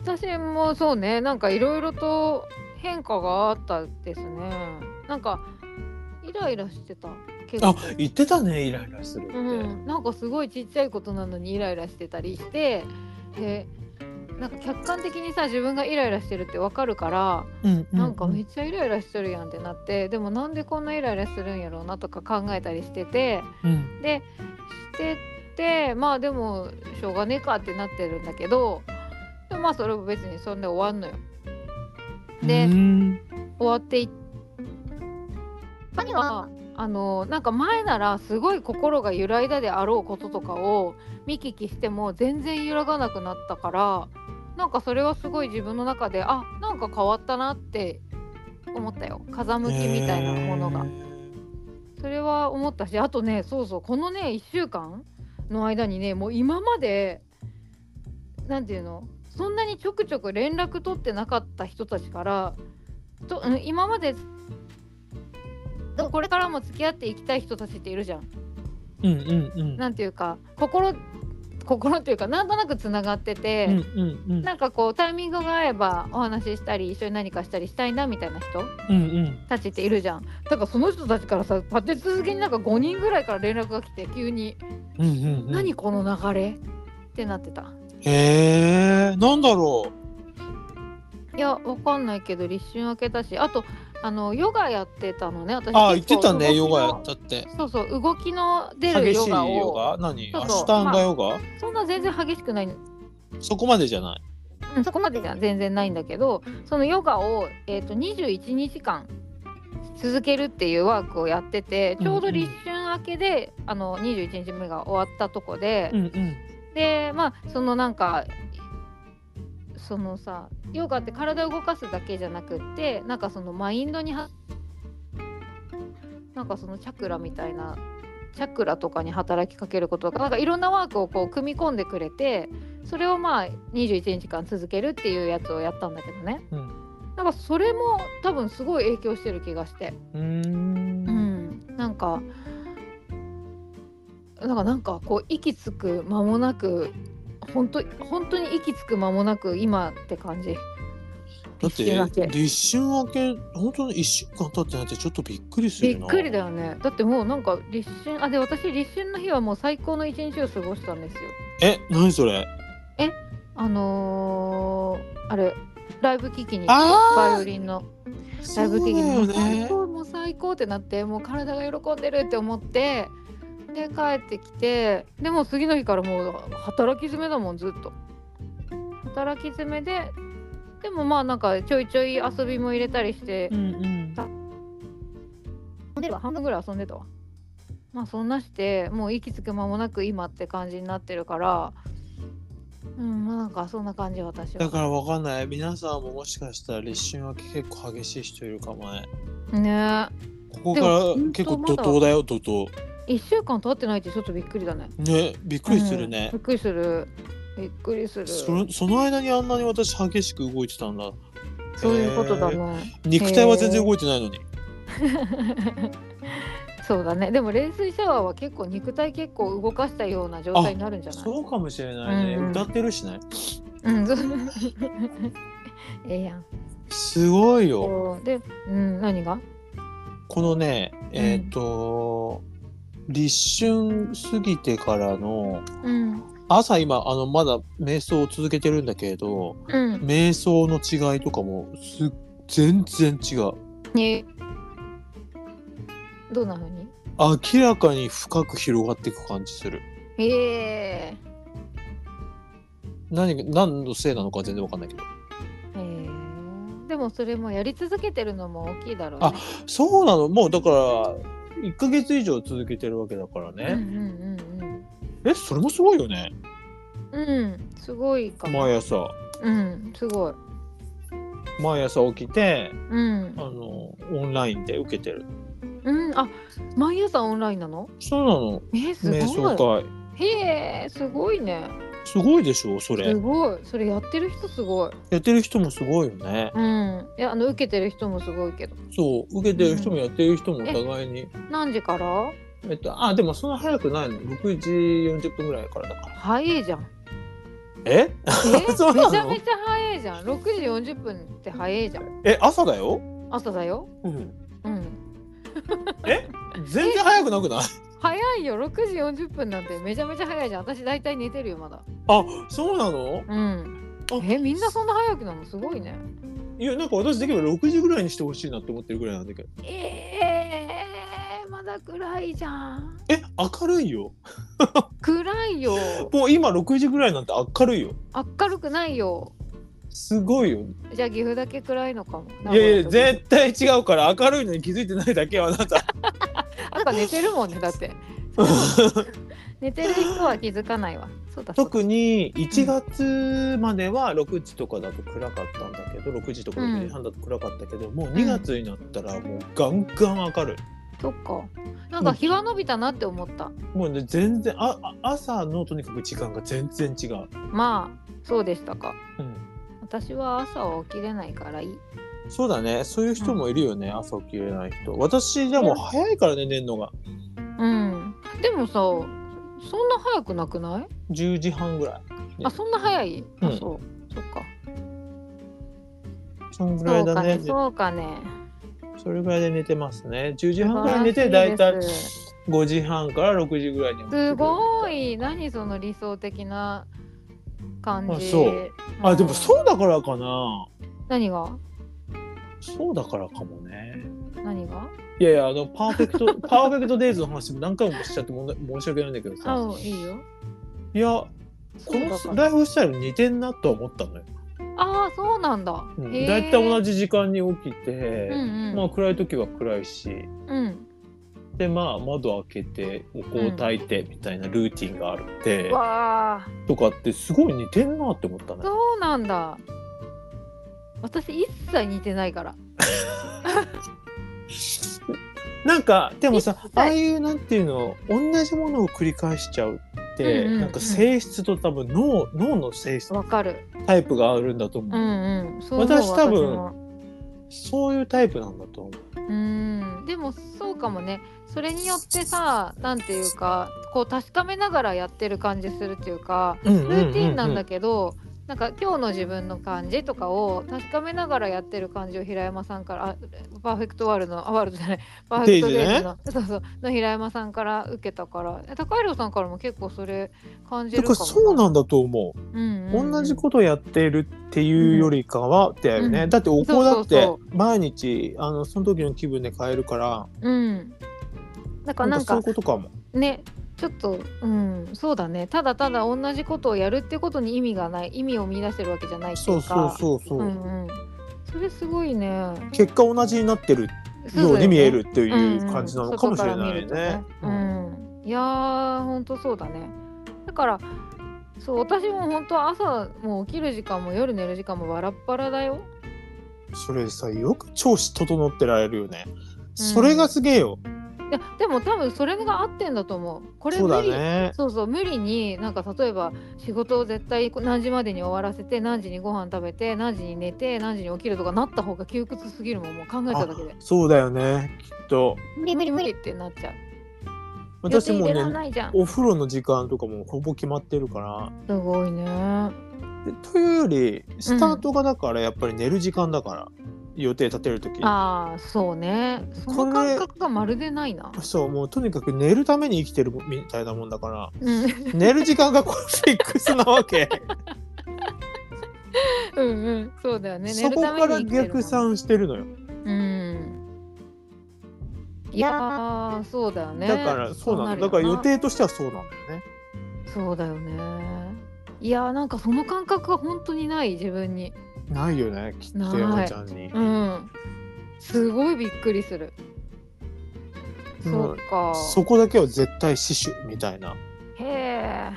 Speaker 2: 私もそうねなんかいろいろと変化があったですねなんかイライラしてた結
Speaker 1: あ
Speaker 2: 構
Speaker 1: 言ってたねイライラするって、
Speaker 2: うん、なんかすごいちっちゃいことなのにイライラしてたりしてでなんか客観的にさ自分がイライラしてるってわかるから、
Speaker 1: うんう
Speaker 2: なんかめっちゃイライラしてるやんってなってでもなんでこんなイライラするんやろうなとか考えたりしてて
Speaker 1: うん
Speaker 2: でしてってまあでもしょうがねえかってなってるんだけどでもまあそれも別にそんで終わんのよ。で、
Speaker 1: うん
Speaker 2: 終わっていったにはあのなんか前ならすごい心が揺らいだであろうこととかを見聞きしても全然揺らがなくなったからなんかそれはすごい自分の中であなんか変わったなって思ったよ風向きみたいなものが。それは思ったしあとねそうそうこのね1週間の間にねもう今までなんていうのそんなにちょくちょく連絡取ってなかった人たちからとうん今まででもこれからも付き合っていきたい人たちっているじゃん。
Speaker 1: うんうんうん
Speaker 2: なんていうか心心っていうかなんとなくつながってて、
Speaker 1: うんうんうん
Speaker 2: なんかこうタイミングが合えばお話ししたり一緒に何かしたりしたいなみたいな人
Speaker 1: うんうん
Speaker 2: たちっているじゃんだからその人たちからさ立て続けになんか5人ぐらいから連絡が来て急に
Speaker 1: うんうんうん
Speaker 2: 「何この流れ?」ってなってた
Speaker 1: へえなんだろ
Speaker 2: いやわかんないけど立春明けたしあとあのヨガやってたのね私
Speaker 1: ああ言ってたね
Speaker 2: 結
Speaker 1: ヨ
Speaker 2: 構動
Speaker 1: ガ
Speaker 2: きの
Speaker 1: やったって
Speaker 2: そうそう動きの出る
Speaker 1: 激
Speaker 2: ヨ
Speaker 1: しい
Speaker 2: ガを
Speaker 1: ヨガ何
Speaker 2: そう
Speaker 1: ア
Speaker 2: そう
Speaker 1: シュタンガヨガ
Speaker 2: そんな全然激しくない
Speaker 1: そこまでじゃない
Speaker 2: うんそこまでじゃ全然ないんだけどそのヨガを、えー、と21日間続けるっていうワークをやっててちょうど立春明けで、あの21日目が終わったとこで、
Speaker 1: うんうん
Speaker 2: でまあそのなんかそのさヨガって体を動かすだけじゃなくってなんかそのマインドにはなんかそのチャクラみたいなチャクラとかに働きかけることがなんかいろんなワークをこう組み込んでくれてそれをまあ21日間続けるっていうやつをやったんだけどね、
Speaker 1: うん
Speaker 2: なんかそれも多分すごい影響してる気がして。
Speaker 1: うーん
Speaker 2: うん、なんかなんかなんかこう息つく間もなく本当本当に息つく間もなく今って感じ
Speaker 1: だっ
Speaker 2: 立春明
Speaker 1: て
Speaker 2: け
Speaker 1: 立春明け本当に1週間経ってないってちょっとびっくりす
Speaker 2: び
Speaker 1: る
Speaker 2: っ
Speaker 1: な
Speaker 2: くりだよねだってもうなんか立春あで私立春の日はもう最高の一日を過ごしたんですよ
Speaker 1: え何それ
Speaker 2: あのー、あれライブ聴きに
Speaker 1: あー
Speaker 2: バイオリンのラ
Speaker 1: そ
Speaker 2: イ
Speaker 1: う
Speaker 2: ブ聴
Speaker 1: だ
Speaker 2: きにも
Speaker 1: よ
Speaker 2: う最
Speaker 1: ね
Speaker 2: 高もう最高ってなってもう体が喜んでるって思ってで帰ってきてでも次の日からもう働き詰めだもんずっと働き詰めででもまあなんかちょいちょい遊びも入れたりして
Speaker 1: うんうん
Speaker 2: 遊んでるわ半分ぐらい遊んでたわまあそんなしてもう息つく間もなく今って感じになってるからうんまあなんかそんな感じ私は
Speaker 1: だからわかんない皆さんももしかしたら立春明け結構激しい人いるかもね
Speaker 2: ね
Speaker 1: ここから
Speaker 2: でも
Speaker 1: 結構
Speaker 2: 本
Speaker 1: 怒
Speaker 2: 当まだ
Speaker 1: 涛だよ怒涛
Speaker 2: え1週間経ってないってちょっとびっくりだね
Speaker 1: ねびっくりするね
Speaker 2: うんびっくりするびっくりする
Speaker 1: そのその間にあんなに私激しく動いてたんだ
Speaker 2: そういうことだ
Speaker 1: へー
Speaker 2: ね。
Speaker 1: 肉体は全然動いてないのに
Speaker 2: そうだね。でも冷水シャワーは結構肉体結構動かしたような状態になるんじゃない？
Speaker 1: そうかもしれないね、
Speaker 2: うんうん
Speaker 1: 歌ってるしね
Speaker 2: うん。そう ええやん。
Speaker 1: すごいよ
Speaker 2: こうで、うん何が？
Speaker 1: このねえっ、と、立春過ぎてからの
Speaker 2: うん
Speaker 1: 朝今あのまだ瞑想を続けてるんだけれど
Speaker 2: うん。
Speaker 1: 瞑想の違いとかもすっ全然違う
Speaker 2: ね。どんな風に？
Speaker 1: 明らかに深く広がっていく感じする
Speaker 2: ええ
Speaker 1: 何が何のせいなのか全然わかんないけど
Speaker 2: ええでもそれもやり続けてるのも大きいだろうね。
Speaker 1: あそうなのもうだから1ヶ月以上続けてるわけだから
Speaker 2: うんうん
Speaker 1: ね、えそれもすごいよね
Speaker 2: うんうん。うんすごいかも。
Speaker 1: 毎朝
Speaker 2: うんすごい。
Speaker 1: 毎朝起きて
Speaker 2: うん
Speaker 1: あのオンラインで受けてる
Speaker 2: うんあ毎朝オンラインなの？
Speaker 1: そうなの
Speaker 2: えー、すごい。
Speaker 1: 瞑想会
Speaker 2: へえすごいね
Speaker 1: すごいでしょそれ
Speaker 2: すごいそれやってる人すごい
Speaker 1: やってる人もすごいよね
Speaker 2: うんいやあの受けてる人もすごいけど
Speaker 1: そう受けてる人もやってる人もお互いに、
Speaker 2: 何時から
Speaker 1: えっとあでもそんな早くないの6時40分ぐらいからだから
Speaker 2: 早いじゃん
Speaker 1: え
Speaker 2: え
Speaker 1: そうなの
Speaker 2: めちゃめちゃ早いじゃん6時40分って早いじゃん
Speaker 1: え朝だよ、
Speaker 2: 朝だよ
Speaker 1: うん、
Speaker 2: うん
Speaker 1: 全然早くなくない
Speaker 2: 早いよ6時40分なんてめちゃめちゃ早いじゃん私大体寝てるよまだ
Speaker 1: あそうなの
Speaker 2: うん
Speaker 1: あ
Speaker 2: えみんなそんな早くなのすごいね
Speaker 1: いやなんか私できれば6時ぐらいにしてほしいなって思ってるぐらいなんだけど
Speaker 2: えー、まだ暗いじゃん
Speaker 1: え明るいよ
Speaker 2: 暗 いよ
Speaker 1: もう今6時ぐらいなんて明るいよ
Speaker 2: 明るくないよ
Speaker 1: すごいよ
Speaker 2: じゃあ岐阜だけ暗いのかも
Speaker 1: いやいや絶対違うから明るいのに気づいてないだけはあなた
Speaker 2: 赤寝てるもんねだって寝てる人は気づかないわそうだそう だ
Speaker 1: 特に1月までは6時とかだと暗かったんだけど6時とか6時半だと暗かったけど、もう2月になったらもうガンガン明るい
Speaker 2: そっかなんか日が伸びたなって思った
Speaker 1: もうね全然ああ朝のとにかく時間が全然違う、
Speaker 2: まあそうでしたか
Speaker 1: うん、
Speaker 2: 私は朝は起きれないからいい
Speaker 1: そうだねそういう人もいるよね、朝起きれない人私じゃもう早いからね寝るのが
Speaker 2: うんでもさそんな早くなくない
Speaker 1: 10時半ぐらい
Speaker 2: あそんな早い、
Speaker 1: う
Speaker 2: あ
Speaker 1: ん
Speaker 2: そうそっか
Speaker 1: そんぐら
Speaker 2: そ
Speaker 1: いうだ
Speaker 2: か
Speaker 1: ね
Speaker 2: ね
Speaker 1: で
Speaker 2: そうかね
Speaker 1: それぐらいで寝てますね10時半ぐらい寝てだいたい5時半から6時ぐらいに起きてくる
Speaker 2: すごい何その理想的な感
Speaker 1: あ
Speaker 2: じ
Speaker 1: そうあでも
Speaker 2: う
Speaker 1: そ
Speaker 2: ん
Speaker 1: うだからかな
Speaker 2: 何が
Speaker 1: そうだからかもねいやいやあのパーフェ クトパーフェクトデイズの話何回もしちゃってもんだ申し訳ないんだけどさ
Speaker 2: あいいよ
Speaker 1: いやこ
Speaker 2: そ
Speaker 1: の
Speaker 2: う
Speaker 1: ラ
Speaker 2: だ
Speaker 1: イフスタイル似てんなとは思ったのよ。
Speaker 2: ああそうなんだ、
Speaker 1: うん
Speaker 2: へえ
Speaker 1: だいたい同じ時間に起きて、
Speaker 2: うんうん
Speaker 1: まあ暗い時は暗いし
Speaker 2: うん
Speaker 1: でまあ窓開けてお香焚いてみたいなルーティンがあるって、
Speaker 2: わあ
Speaker 1: とかってすごい似てんなって思ったね。
Speaker 2: そうなんだ私一切似てないから
Speaker 1: なんかでもさ
Speaker 2: 一切
Speaker 1: ああいうなんていうの同じものを繰り返しちゃうって、
Speaker 2: うんうんうん
Speaker 1: なんか性質と多分脳脳の性質
Speaker 2: わかる
Speaker 1: タイプがあるんだと思
Speaker 2: う
Speaker 1: う、
Speaker 2: んうんそう思う
Speaker 1: 私多分
Speaker 2: も
Speaker 1: そういうタイプなんだと思う。
Speaker 2: うんでもそうかもねそれによってさなんていうかこう確かめながらやってる感じするっていうか
Speaker 1: ル
Speaker 2: ルーティンなんだ
Speaker 1: け
Speaker 2: けど、なんか今日の自分の感じとかを確かめながらやってる感じを平山さんからあパーフェクトワールドのあワールドじ ゃないパーフェクトデイズの,、 そうそうの平山さんから受けたからえ高弘さんからも結構それ感じ
Speaker 1: だ
Speaker 2: る
Speaker 1: か
Speaker 2: からも
Speaker 1: そうなんだと思う、
Speaker 2: うんうんうん
Speaker 1: 同じことやってるっていうよりかはだよね、
Speaker 2: うん
Speaker 1: だってお香だっ
Speaker 2: そう
Speaker 1: て
Speaker 2: そう
Speaker 1: 毎日あのその時の気分で変えるから
Speaker 2: うん。だから
Speaker 1: な
Speaker 2: なん
Speaker 1: か
Speaker 2: ん
Speaker 1: そうい
Speaker 2: か
Speaker 1: うことかも
Speaker 2: ねちょっとうんそうだねただただ同じことをやるってことに意味がない意味を見出してるわけじゃないってい
Speaker 1: そう
Speaker 2: う
Speaker 1: そう
Speaker 2: か
Speaker 1: そうそう、
Speaker 2: んうんそれすごいね
Speaker 1: 結果同じになってる
Speaker 2: そうだ
Speaker 1: よ
Speaker 2: よ
Speaker 1: う
Speaker 2: ね
Speaker 1: に見えるって
Speaker 2: て
Speaker 1: いう感じなのかもしれないね。
Speaker 2: うんうんいやーほんとそうだねだからそう私も本当は朝もう起きる時間も夜寝る時間もバラッバラだよ
Speaker 1: それさよく調子整ってられるよね。それがすげえよ。
Speaker 2: いやでも多分それが合ってんだと思うこれ
Speaker 1: そうだ
Speaker 2: 無理
Speaker 1: ね。
Speaker 2: そうそう無理になんか例えば仕事を絶対何時までに終わらせて何時にご飯食べて何時に寝て何時に起きるとかなった方が窮屈すぎるもんもう考えただけで
Speaker 1: そうだよね。きっと
Speaker 2: 無理無理無理ってなっちゃう
Speaker 1: 私も
Speaker 2: 予定入れらん
Speaker 1: ね
Speaker 2: ないじゃん
Speaker 1: お風呂の時間とかもほぼ決まってるから。
Speaker 2: すごいね
Speaker 1: でというよりスタートがだからやっぱり寝る時間だから、予定立てる時
Speaker 2: ああそうねそ
Speaker 1: こ
Speaker 2: の
Speaker 1: れ
Speaker 2: 感覚がまるでないな
Speaker 1: そうもうとにかく寝るために生きてるみたいなもんだから
Speaker 2: うん
Speaker 1: 寝る時間がこうフィックスなわけ、
Speaker 2: うんうんそうだよ ね
Speaker 1: そこから
Speaker 2: 寝るために生きてるもん
Speaker 1: 逆算してるのよ、
Speaker 2: うんいやーそうだよね
Speaker 1: だからそうなの
Speaker 2: るよ
Speaker 1: だから予定としてはそうなんだよね
Speaker 2: そうだよねいやーなんかその感覚が本当にない自分に
Speaker 1: ないよねきっと
Speaker 2: ない
Speaker 1: 山ちゃんに
Speaker 2: うんすごいびっくりする
Speaker 1: も
Speaker 2: そううか
Speaker 1: そこだけは絶対死守みたいな
Speaker 2: へえ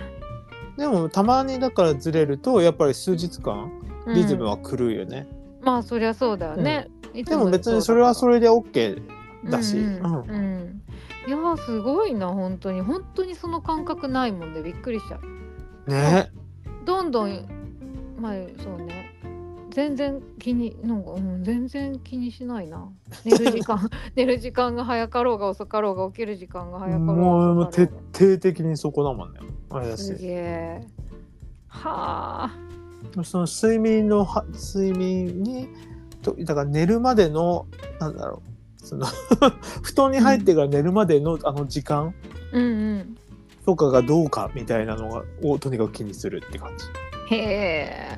Speaker 1: でもたまにだからずれるとやっぱり数日間
Speaker 2: うん
Speaker 1: リズムは狂うよね、
Speaker 2: まあそりゃそうだよね、いつ
Speaker 1: でも別にそれはそ
Speaker 2: れ
Speaker 1: れで OK だし、
Speaker 2: うんうん
Speaker 1: うん
Speaker 2: うんいやーすごいな本当に本当にその感覚ないもんでびっくりしちゃう
Speaker 1: ね
Speaker 2: どんどんまあそうね全然気になんか、うん、全然気にしないな寝る時間寝る時間が早かろうが遅かろうが起きる時間が早かろうが
Speaker 1: もうもう
Speaker 2: 遅かろ
Speaker 1: 徹
Speaker 2: うが
Speaker 1: 底的にそこだもんね。あれだし
Speaker 2: すげえはあ
Speaker 1: その睡眠のは睡眠にとだから寝るまでのなんだろうその 布団に入ってから寝るまでの、あの時間
Speaker 2: うんうん
Speaker 1: とかがどうかみたいなのがをとにかく気にするって感じ。
Speaker 2: へえ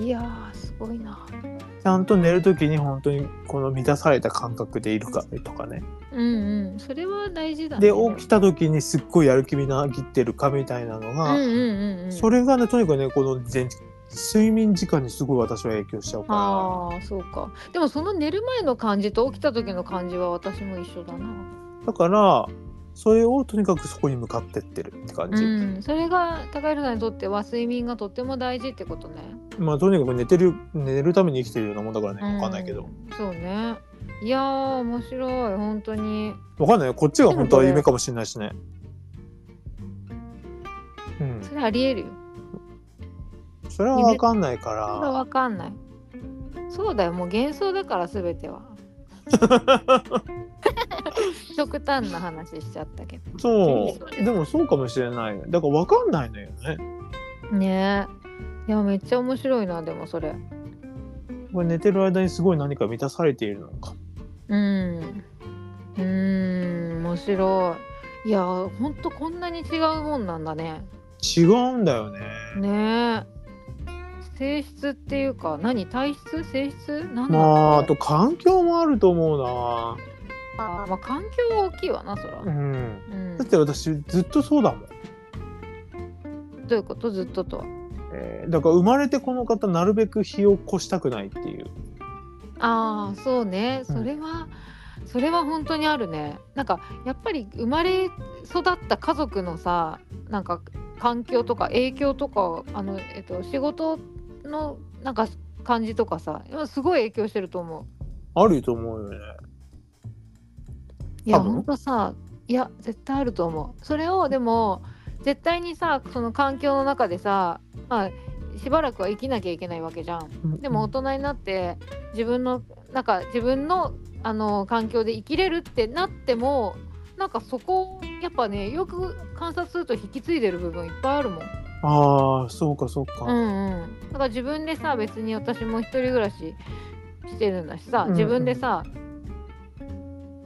Speaker 2: いやーすごいな
Speaker 1: ちゃんと寝るときに本当にこの満たされた感覚でいるかとかね。
Speaker 2: うんうんそれは大事だね
Speaker 1: で起きたときにすっごいやる気みなぎってるかみたいなの
Speaker 2: うん
Speaker 1: が、
Speaker 2: うんうん
Speaker 1: それがねとにかくねこの前睡眠時間にすごい私は影響しちゃうから。
Speaker 2: ああそうかでもその寝る前の感じと起きた時の感じは私も一緒だな
Speaker 1: だからそれをとにかくそこに向かってってるって感じ、
Speaker 2: うん、それが高弘さんにとっては睡眠がとっても大事ってことね。
Speaker 1: まあとにかく寝てる寝るために生きてるようなもんだからね分かんないけど、
Speaker 2: うんそうね。いやー面白い本当に。
Speaker 1: 分かんないよこっちが本当は夢かもしれないしねうん
Speaker 2: それありえるよ。
Speaker 1: それは分かんないか
Speaker 2: それは
Speaker 1: ら
Speaker 2: わかんない。そうだよもう幻想だから全て は。極端な話しちゃったけ
Speaker 1: そ
Speaker 2: そう
Speaker 1: うでもそうかもしれないだから分かんないのよね
Speaker 2: ど。ねえ。いやめっちゃ面白いなでもそれ。
Speaker 1: これ寝てる間にすごい何か満たされているのか
Speaker 2: うん。うーん面白い。いやーほんとこんなに違うもんなんだね。
Speaker 1: 違うんだよね
Speaker 2: ねえ性質っていうか何体質性質何なんだろう
Speaker 1: まああと環境もあると思うな
Speaker 2: あーまあ環境は大きいわなそら、
Speaker 1: うん、
Speaker 2: うん
Speaker 1: だっ、て私ずっとそうだもん、
Speaker 2: どういうことずっととは
Speaker 1: えーだから生まれてこの方なるべく日を越したくないっていう
Speaker 2: ああそうね
Speaker 1: うん
Speaker 2: それは、それは本当にあるねなんかやっぱり生まれ育った家族のさなんか環境とか影響とかあの、えっと、仕事のなんか感じとかさすごい影響してると思う
Speaker 1: あると思うよね
Speaker 2: いや
Speaker 1: 多分
Speaker 2: ほんとさいや絶対あると思うそれをでも絶対にさその環境の中でさ、まあ、しばらくは生きなきゃいけないわけじゃんでも大人になって自分のなんか自分のあの環境で生きれるってなってもなんかそこをやっぱねよく観察すると引き継いでる部分いっぱいあるもん。
Speaker 1: ああそうかそうか、
Speaker 2: うんうん、だから自分でさ別に私も一人暮らししてるんだしさ
Speaker 1: うんうん
Speaker 2: 自分でさ、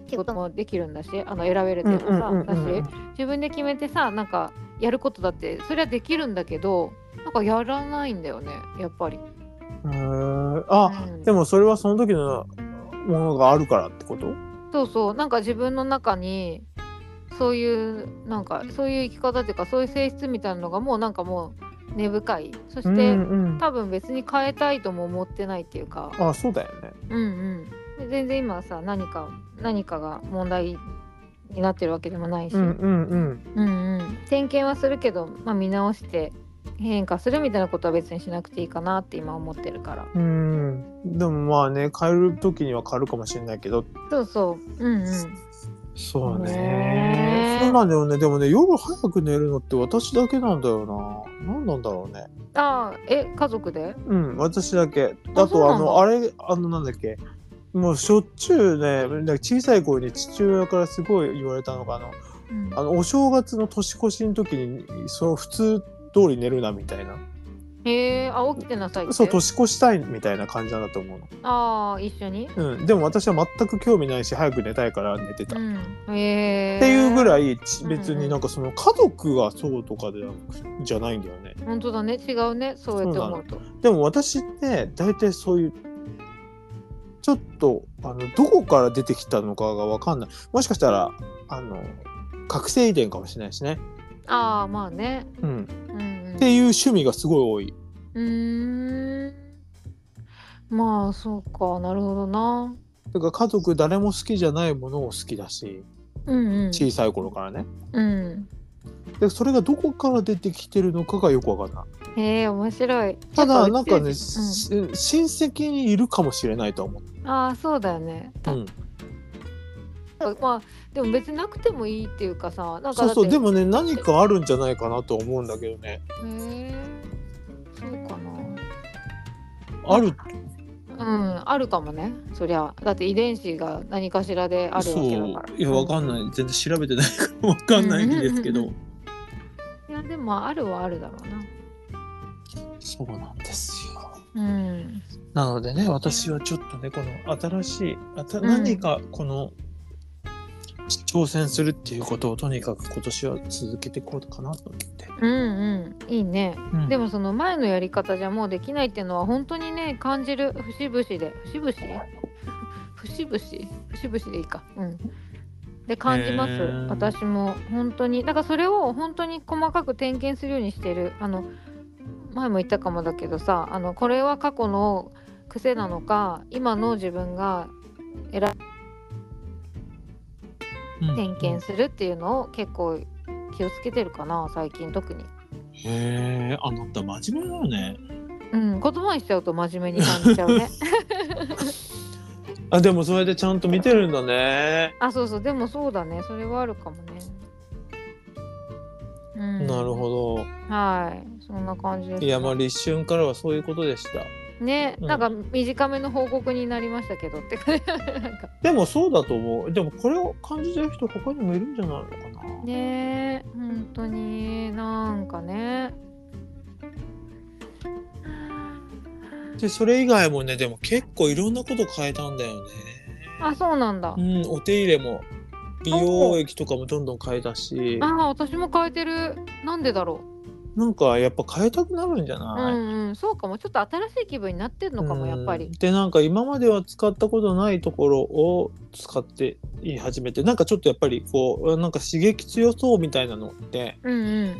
Speaker 2: 仕事もできるんだしあの選べるっていうかさ、だし自分で決めてさなんかやることだってそれはできるんだけどなんかやらないんだよねやっぱり。
Speaker 1: へーあ、
Speaker 2: うん
Speaker 1: でもそれはその時のものがあるからってこと
Speaker 2: そうそうなんか自分の中にそういうなんかそういう生き方っていうかそういう性質みたいなのがもうなんかもう根深いそして、
Speaker 1: うんうん、
Speaker 2: 多分別に変えたいとも思ってないっていうか
Speaker 1: あそうだよね
Speaker 2: うんうんで全然今さ何か何かが問題になってるわけでもないし、
Speaker 1: うんうんうん
Speaker 2: うんうん点検はするけど、まあ、見直して変化するみたいなことは別にしなくていいかなって今思ってるから
Speaker 1: うんでもまあね変える時には変えるかもしれないけど
Speaker 2: そうそううんうん
Speaker 1: そうね
Speaker 2: ねー
Speaker 1: そうなんだよねでもね夜早く寝るのって私だけなんだよな何なんだろうね
Speaker 2: ああえ家族で
Speaker 1: うん私だけ
Speaker 2: あ
Speaker 1: あとあのあ
Speaker 2: そ
Speaker 1: れあのなんだっけもうしょっちゅうねなんか小さい頃に父親からすごい言われたのがあの
Speaker 2: うん
Speaker 1: あのお正月の年越しの時にその普通通り寝るなみたいな
Speaker 2: へえあ起きてなさいって
Speaker 1: そう年越したいみたいな感じなんだと思う
Speaker 2: ああ一緒に
Speaker 1: の、うん、でも私は全く興味ないし早く寝たいから寝てた、
Speaker 2: う
Speaker 1: っ
Speaker 2: んへえ
Speaker 1: ていうぐ
Speaker 2: い
Speaker 1: らいち
Speaker 2: うんうん
Speaker 1: 別になんかその家族がそうとかではじゃないんだよね
Speaker 2: 本当だね違うねそうやって思うと
Speaker 1: でも私って大体そういうちょっとあのどこから出てきたのかが分かんないもしかしたらあの覚醒遺伝かもしれないしね、
Speaker 2: ああまあね
Speaker 1: うん、っ
Speaker 2: うんうん
Speaker 1: ていう趣味がすごい多いう
Speaker 2: ーんまあそうかなるほどな
Speaker 1: だから家族誰も好きじゃないものを好きだし
Speaker 2: うんうん
Speaker 1: 小さい頃からね
Speaker 2: うん
Speaker 1: でそれがどこから出てきてるのかがよくわかんない
Speaker 2: へえ面白い
Speaker 1: た
Speaker 2: やっ
Speaker 1: だ
Speaker 2: ぱ
Speaker 1: なんかね、
Speaker 2: う
Speaker 1: し親戚にいるかもしれないとは思
Speaker 2: んああそうだよね
Speaker 1: う、うん、
Speaker 2: まあでも別になくてもいいっていうかさなんか
Speaker 1: そうそうで
Speaker 2: も
Speaker 1: もね何かあるんじゃないかなとは思うんだけどね
Speaker 2: へえそうかな
Speaker 1: ある
Speaker 2: うん、あるかもねそりゃだって遺伝子が何かしらであるわけだから
Speaker 1: そういやわかんない全然調べてないからわかんないんですけど、
Speaker 2: うんうんいやでもあるはあるだろ
Speaker 1: そうなんですよ
Speaker 2: うなうん
Speaker 1: なのでね私はちょっとねこの新しいあた
Speaker 2: うん
Speaker 1: 何かこの、挑戦するっていうことをとにかく今年は続けていこうかなと思って、
Speaker 2: うんうんいいね、
Speaker 1: うん
Speaker 2: でもその前のやり方じゃもうできないっていうのは本当にね感じる節々で節々節々節々でいいかうんで感じます、
Speaker 1: へー
Speaker 2: 私も本当にだからそれを本当に細かく点検するようにしてるあの前も言ったかもだけどさあのこれは過去の癖なのか今の自分が
Speaker 1: うん
Speaker 2: 点検するっていうのを結構気をつけてるかな最近特に。
Speaker 1: へえあなた真面目だよね
Speaker 2: うん、言葉にしちゃうと真面目に感じちゃ うね。
Speaker 1: あでもそれでちゃんと見てるんだね、
Speaker 2: あ、そうそう、でもそうだね、それはあるかもね。うん、
Speaker 1: なるほ
Speaker 2: ど。はい、そんな感じです、
Speaker 1: どいやまあ立春からはそういうことでした
Speaker 2: ね、
Speaker 1: うん
Speaker 2: なんか短めの報告になりましたけどって 感じ。なんか
Speaker 1: でもそうだと思うでもこれを感じてる人他にもいるんじゃないのかな、
Speaker 2: ね、本当になんかね。
Speaker 1: でそれ以外もねでも結構いろんなこと変えたんだよね
Speaker 2: あ、そうなんだ
Speaker 1: う。んお手入れも美容液とかもどんどん変えたし
Speaker 2: あ、私も変えてる。なんでだろ
Speaker 1: なんかやっぱ変えたくなるんじゃ
Speaker 2: う
Speaker 1: ない、
Speaker 2: んうん、そうかもちょっと新しい気分になってるのかもやっぱ
Speaker 1: う
Speaker 2: り
Speaker 1: ん。でなんか今までは使ったことないところを使って言い始めてなんかちょっとやっぱりこうなんか刺激強そうみたいなのって
Speaker 2: うんうん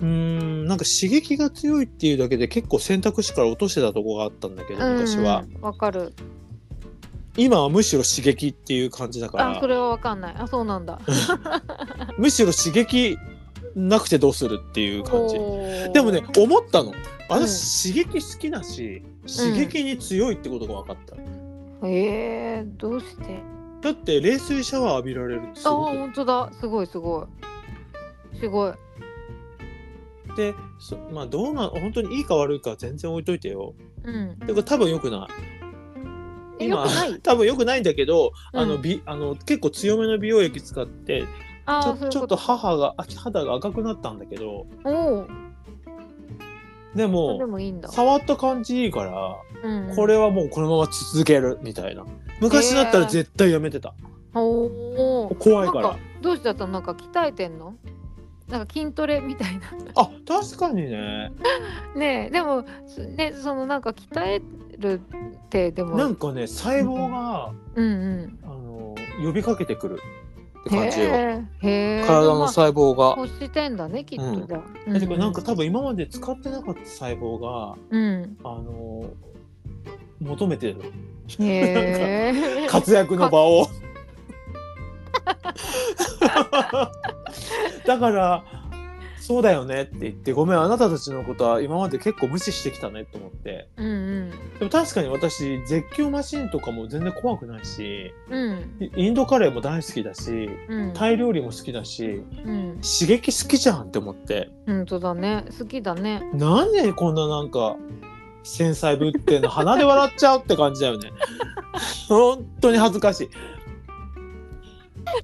Speaker 1: うーんなんか刺激が強いっていうだけで結構選択肢から落としてたとこがあったんだけど昔は、
Speaker 2: うんうんわかる
Speaker 1: 今はむしろ刺激っていう感じだか
Speaker 2: あそ
Speaker 1: ら
Speaker 2: れはわかんないあそうなんだ
Speaker 1: むしろ刺激なくてどうするっていう感じ
Speaker 2: おー
Speaker 1: でもね思ったの私、
Speaker 2: う
Speaker 1: 刺激好きだし刺激に強いってことが分かった、
Speaker 2: えー、どうして
Speaker 1: だって冷水シャワー浴びられるってす
Speaker 2: あ
Speaker 1: ごく
Speaker 2: 本当だすごいすごいすごい
Speaker 1: でそまあどうな本当にいいか悪いかは全然置いといてよ
Speaker 2: うん
Speaker 1: だから多分良くない
Speaker 2: え
Speaker 1: 今
Speaker 2: よくない
Speaker 1: 多分良くないんだけど、
Speaker 2: うん
Speaker 1: あのびあの結構強めの美容液使って
Speaker 2: あ
Speaker 1: ち
Speaker 2: ー
Speaker 1: ょ
Speaker 2: そういう
Speaker 1: ちょ
Speaker 2: こ
Speaker 1: っと母があ肌が赤くなったんだけど
Speaker 2: お
Speaker 1: で
Speaker 2: おで
Speaker 1: も
Speaker 2: もいいんだ、
Speaker 1: 触った感じいいから、
Speaker 2: うんうん
Speaker 1: これはもうこのまま続けるみたいな昔だったら絶対やめてた、
Speaker 2: おお
Speaker 1: 怖いか
Speaker 2: なん
Speaker 1: ら
Speaker 2: かどうしてだったのなんか鍛えてんのなんか筋トレみたいな
Speaker 1: あ確かにね
Speaker 2: ねえでもすねそのなんか鍛えるってでも
Speaker 1: なんかね細胞が、
Speaker 2: うんうん
Speaker 1: あの呼びかけてくるって
Speaker 2: へ
Speaker 1: 感じよ
Speaker 2: えへえ
Speaker 1: 体の細胞が。
Speaker 2: 欲してんだねきっとじゃあ、う
Speaker 1: だからなんか多分今まで使ってなかった細胞が、
Speaker 2: うん
Speaker 1: あの求めてる
Speaker 2: へ え
Speaker 1: 活躍の場を。 だからそうだよねって言ってごめんあなたたちのことは今まで結構無視してきたねと思って
Speaker 2: うんうん
Speaker 1: でも確かに私絶叫マシンとかも全然怖くないし
Speaker 2: うん
Speaker 1: イインドカレーも大好きだし
Speaker 2: うん
Speaker 1: タイ料理も好きだし
Speaker 2: うん
Speaker 1: 刺激好きじゃんって思って
Speaker 2: 本当だね好きだね
Speaker 1: なんでこんななんか繊細ぶってんの鼻で笑っちゃうって感じだよね本当に恥ずかし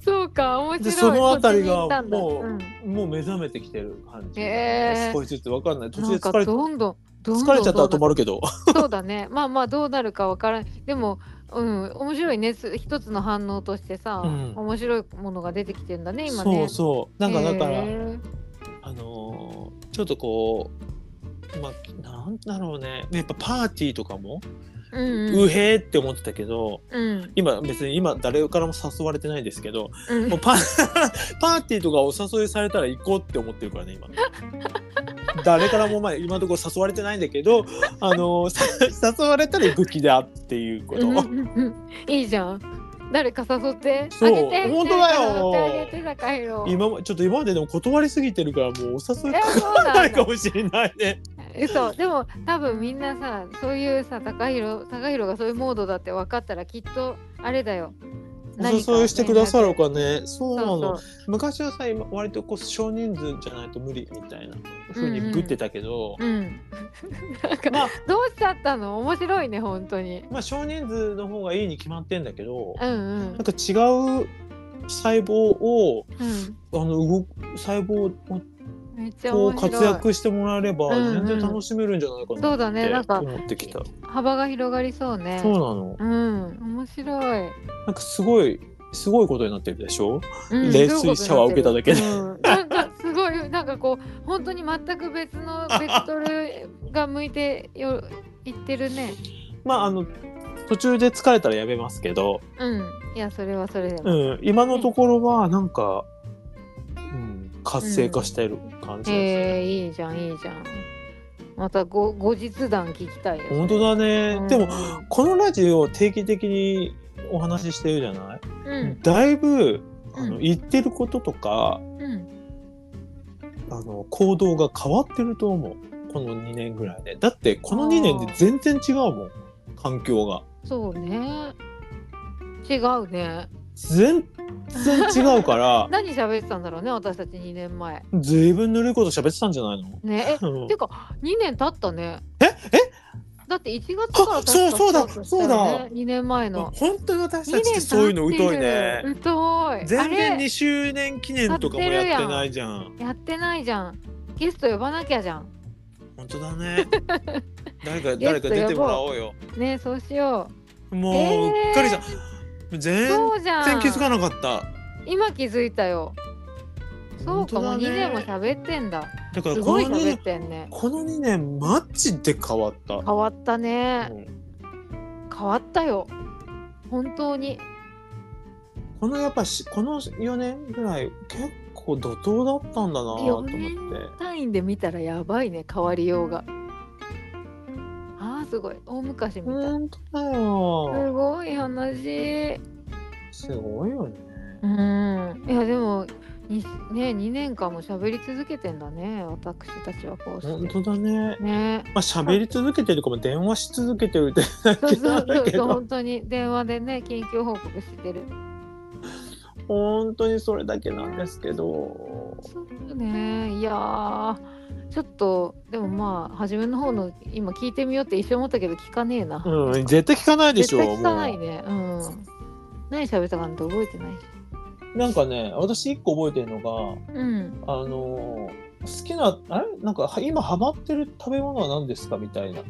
Speaker 2: そうか面
Speaker 1: い
Speaker 2: 白
Speaker 1: で
Speaker 2: い
Speaker 1: そのあたり
Speaker 2: こっちに行っ
Speaker 1: が
Speaker 2: たんだ
Speaker 1: もう、
Speaker 2: ん
Speaker 1: もう目覚めてきてる感じ、
Speaker 2: へー
Speaker 1: 少しずつ分かんない途
Speaker 2: な
Speaker 1: 中
Speaker 2: ん
Speaker 1: で
Speaker 2: か
Speaker 1: 疲れ
Speaker 2: どんどんどんど
Speaker 1: 疲
Speaker 2: ん
Speaker 1: れちゃったら止まる
Speaker 2: る
Speaker 1: けど
Speaker 2: そうだねまあまあどうなるかわからないでもうん面白いねす一つの反応としてさ、
Speaker 1: うん
Speaker 2: 面白いものが出てきてんだね今
Speaker 1: そ
Speaker 2: ね
Speaker 1: うそうなんかだから、
Speaker 2: へー
Speaker 1: あのーちょっとこうまあなんだろうねやっぱパーティーとかも、う
Speaker 2: うんうん
Speaker 1: へーって思ってたけど
Speaker 2: うん
Speaker 1: 今別に今誰からも誘われてないですけど
Speaker 2: うん
Speaker 1: もうパ パーティーとかお誘いされたら行こうって思ってるからね今誰からも前今のところ誘われてないんだけどあのさ 誘われたら行く気だっていうこと、
Speaker 2: うんうんうんいいじゃん誰か誘って
Speaker 1: そう
Speaker 2: あげて
Speaker 1: 本当だよ
Speaker 2: 誰か誘ってあげてだかいろ
Speaker 1: 今まちょっと今まででも断りすぎてるからもうお誘い
Speaker 2: え
Speaker 1: か
Speaker 2: そう
Speaker 1: かん
Speaker 2: な
Speaker 1: なんいか
Speaker 2: だ
Speaker 1: もしれないね
Speaker 2: 嘘でも多分みんなさそういうさ高弘高弘がそういうモードだって分かったらきっとあれだよ
Speaker 1: お
Speaker 2: 何か
Speaker 1: 誘いしてくださるお金そうなの
Speaker 2: そうそう
Speaker 1: 昔はさ今割とこう少人数じゃないと無理みたいなふうにグってたけど、
Speaker 2: うん、なんか
Speaker 1: まあ
Speaker 2: どうしちゃったの面白いね本当に
Speaker 1: まあ少人数の方がいいに決まってんだけど、
Speaker 2: うんうん
Speaker 1: なんか違う細胞を
Speaker 2: うん
Speaker 1: あの動く細胞を
Speaker 2: めっちゃ
Speaker 1: こ
Speaker 2: 面
Speaker 1: う
Speaker 2: 白い
Speaker 1: 活躍してもらえれば
Speaker 2: うんうん
Speaker 1: 全然楽しめるんじゃないか
Speaker 2: そうだね
Speaker 1: なっ
Speaker 2: なん
Speaker 1: て
Speaker 2: か
Speaker 1: 思ってきた、
Speaker 2: 幅が広がりそうね
Speaker 1: そうなの
Speaker 2: うん面白い、
Speaker 1: なんかすごいすごいことになってるでしょ
Speaker 2: うん、
Speaker 1: 冷水シャワー受けただけで
Speaker 2: どういうことになってるうん、なんかすごいなんかこう本当に全く別のベクトルが向いてよいってるね
Speaker 1: まああの途中で疲れたらやめますけど、
Speaker 2: うんいやそれはそれでも、
Speaker 1: うん、今のところはなんか、うん、活性化してる感じです、
Speaker 2: えー、いいじゃんいいじゃんまたご後日談聞きたいよ
Speaker 1: 本当だね、でも
Speaker 2: う
Speaker 1: このラジオを定期的にお話ししてるじゃない、
Speaker 2: ん
Speaker 1: だいぶあ
Speaker 2: う
Speaker 1: の
Speaker 2: ん
Speaker 1: 言ってることとか、
Speaker 2: うん
Speaker 1: あの行動が変わってると思うこの2年ぐらいでだってこの
Speaker 2: あー
Speaker 1: 2年で全然違うもん環境が
Speaker 2: そうね。違うね。
Speaker 1: 全然違うから
Speaker 2: 何喋ってたんだろうね、私たち2年前。
Speaker 1: ずいぶんぬるいこと喋ってたんじゃないの
Speaker 2: ね、
Speaker 1: うん
Speaker 2: え、てか、2年経ったね。
Speaker 1: ええ
Speaker 2: だって1月から
Speaker 1: あそうそうだそうだ
Speaker 2: 2年前の。
Speaker 1: 本当に私
Speaker 2: 2
Speaker 1: た
Speaker 2: 年
Speaker 1: ちってそういうの疎いね
Speaker 2: 経ってる疎い。
Speaker 1: 全然
Speaker 2: あれ
Speaker 1: 2周年記念とかもやってないじゃん
Speaker 2: やってないじゃん。ゲスト呼ばなきゃじゃん。
Speaker 1: 本当だ ね誰か
Speaker 2: ゲス
Speaker 1: 誰
Speaker 2: ト
Speaker 1: か出てもらおうよ
Speaker 2: ね、そうしよう。
Speaker 1: もう、うっかりさん
Speaker 2: ん。
Speaker 1: 全
Speaker 2: そうじゃ
Speaker 1: 然
Speaker 2: ん。
Speaker 1: 気づかなかった
Speaker 2: 今気づいたよ。そうか、もう
Speaker 1: 本当だね
Speaker 2: 2年も喋ってんだ。
Speaker 1: だから
Speaker 2: す
Speaker 1: こ
Speaker 2: ごい
Speaker 1: の2
Speaker 2: 喋っ
Speaker 1: 年
Speaker 2: てんね。
Speaker 1: この2年マジで変わった、
Speaker 2: 変わったね
Speaker 1: う。ん
Speaker 2: 変わったよ。本当に。
Speaker 1: このやっぱしこの4年ぐらい結構怒涛だったんだなと
Speaker 2: 4
Speaker 1: 思って
Speaker 2: 年単位で見たらやばいね、変わりようが。ああ、すごい。大昔みたい。
Speaker 1: 本当だ
Speaker 2: す
Speaker 1: よ
Speaker 2: ごい話。
Speaker 1: すごいよね
Speaker 2: うん。いや、でも、にね、2年間も喋り続けてんだね、私たちはこう
Speaker 1: 本
Speaker 2: して。
Speaker 1: 当だね
Speaker 2: ね。
Speaker 1: まあ喋り続けてるかも電話し続けてるってだ
Speaker 2: そう
Speaker 1: け
Speaker 2: そ
Speaker 1: なん
Speaker 2: う
Speaker 1: だ
Speaker 2: そう
Speaker 1: け
Speaker 2: そう、
Speaker 1: ど
Speaker 2: 本当に電話でね、緊急報告してる。
Speaker 1: 本当にそれだけなんですけど
Speaker 2: そうね、いやー、ちょっと、でもまあ、初めの方の、今聞いてみようって一瞬思ったけど、聞かねえな。
Speaker 1: うん絶対聞かないでし
Speaker 2: 絶
Speaker 1: ょ
Speaker 2: 対聞かな
Speaker 1: も
Speaker 2: いね。うん。何喋ったかなんて覚えてないし。
Speaker 1: うなんかね私一個覚えてるの
Speaker 2: うん。
Speaker 1: があのー好きなあれなんかは今ハマってる食べ物は何ですかみたいな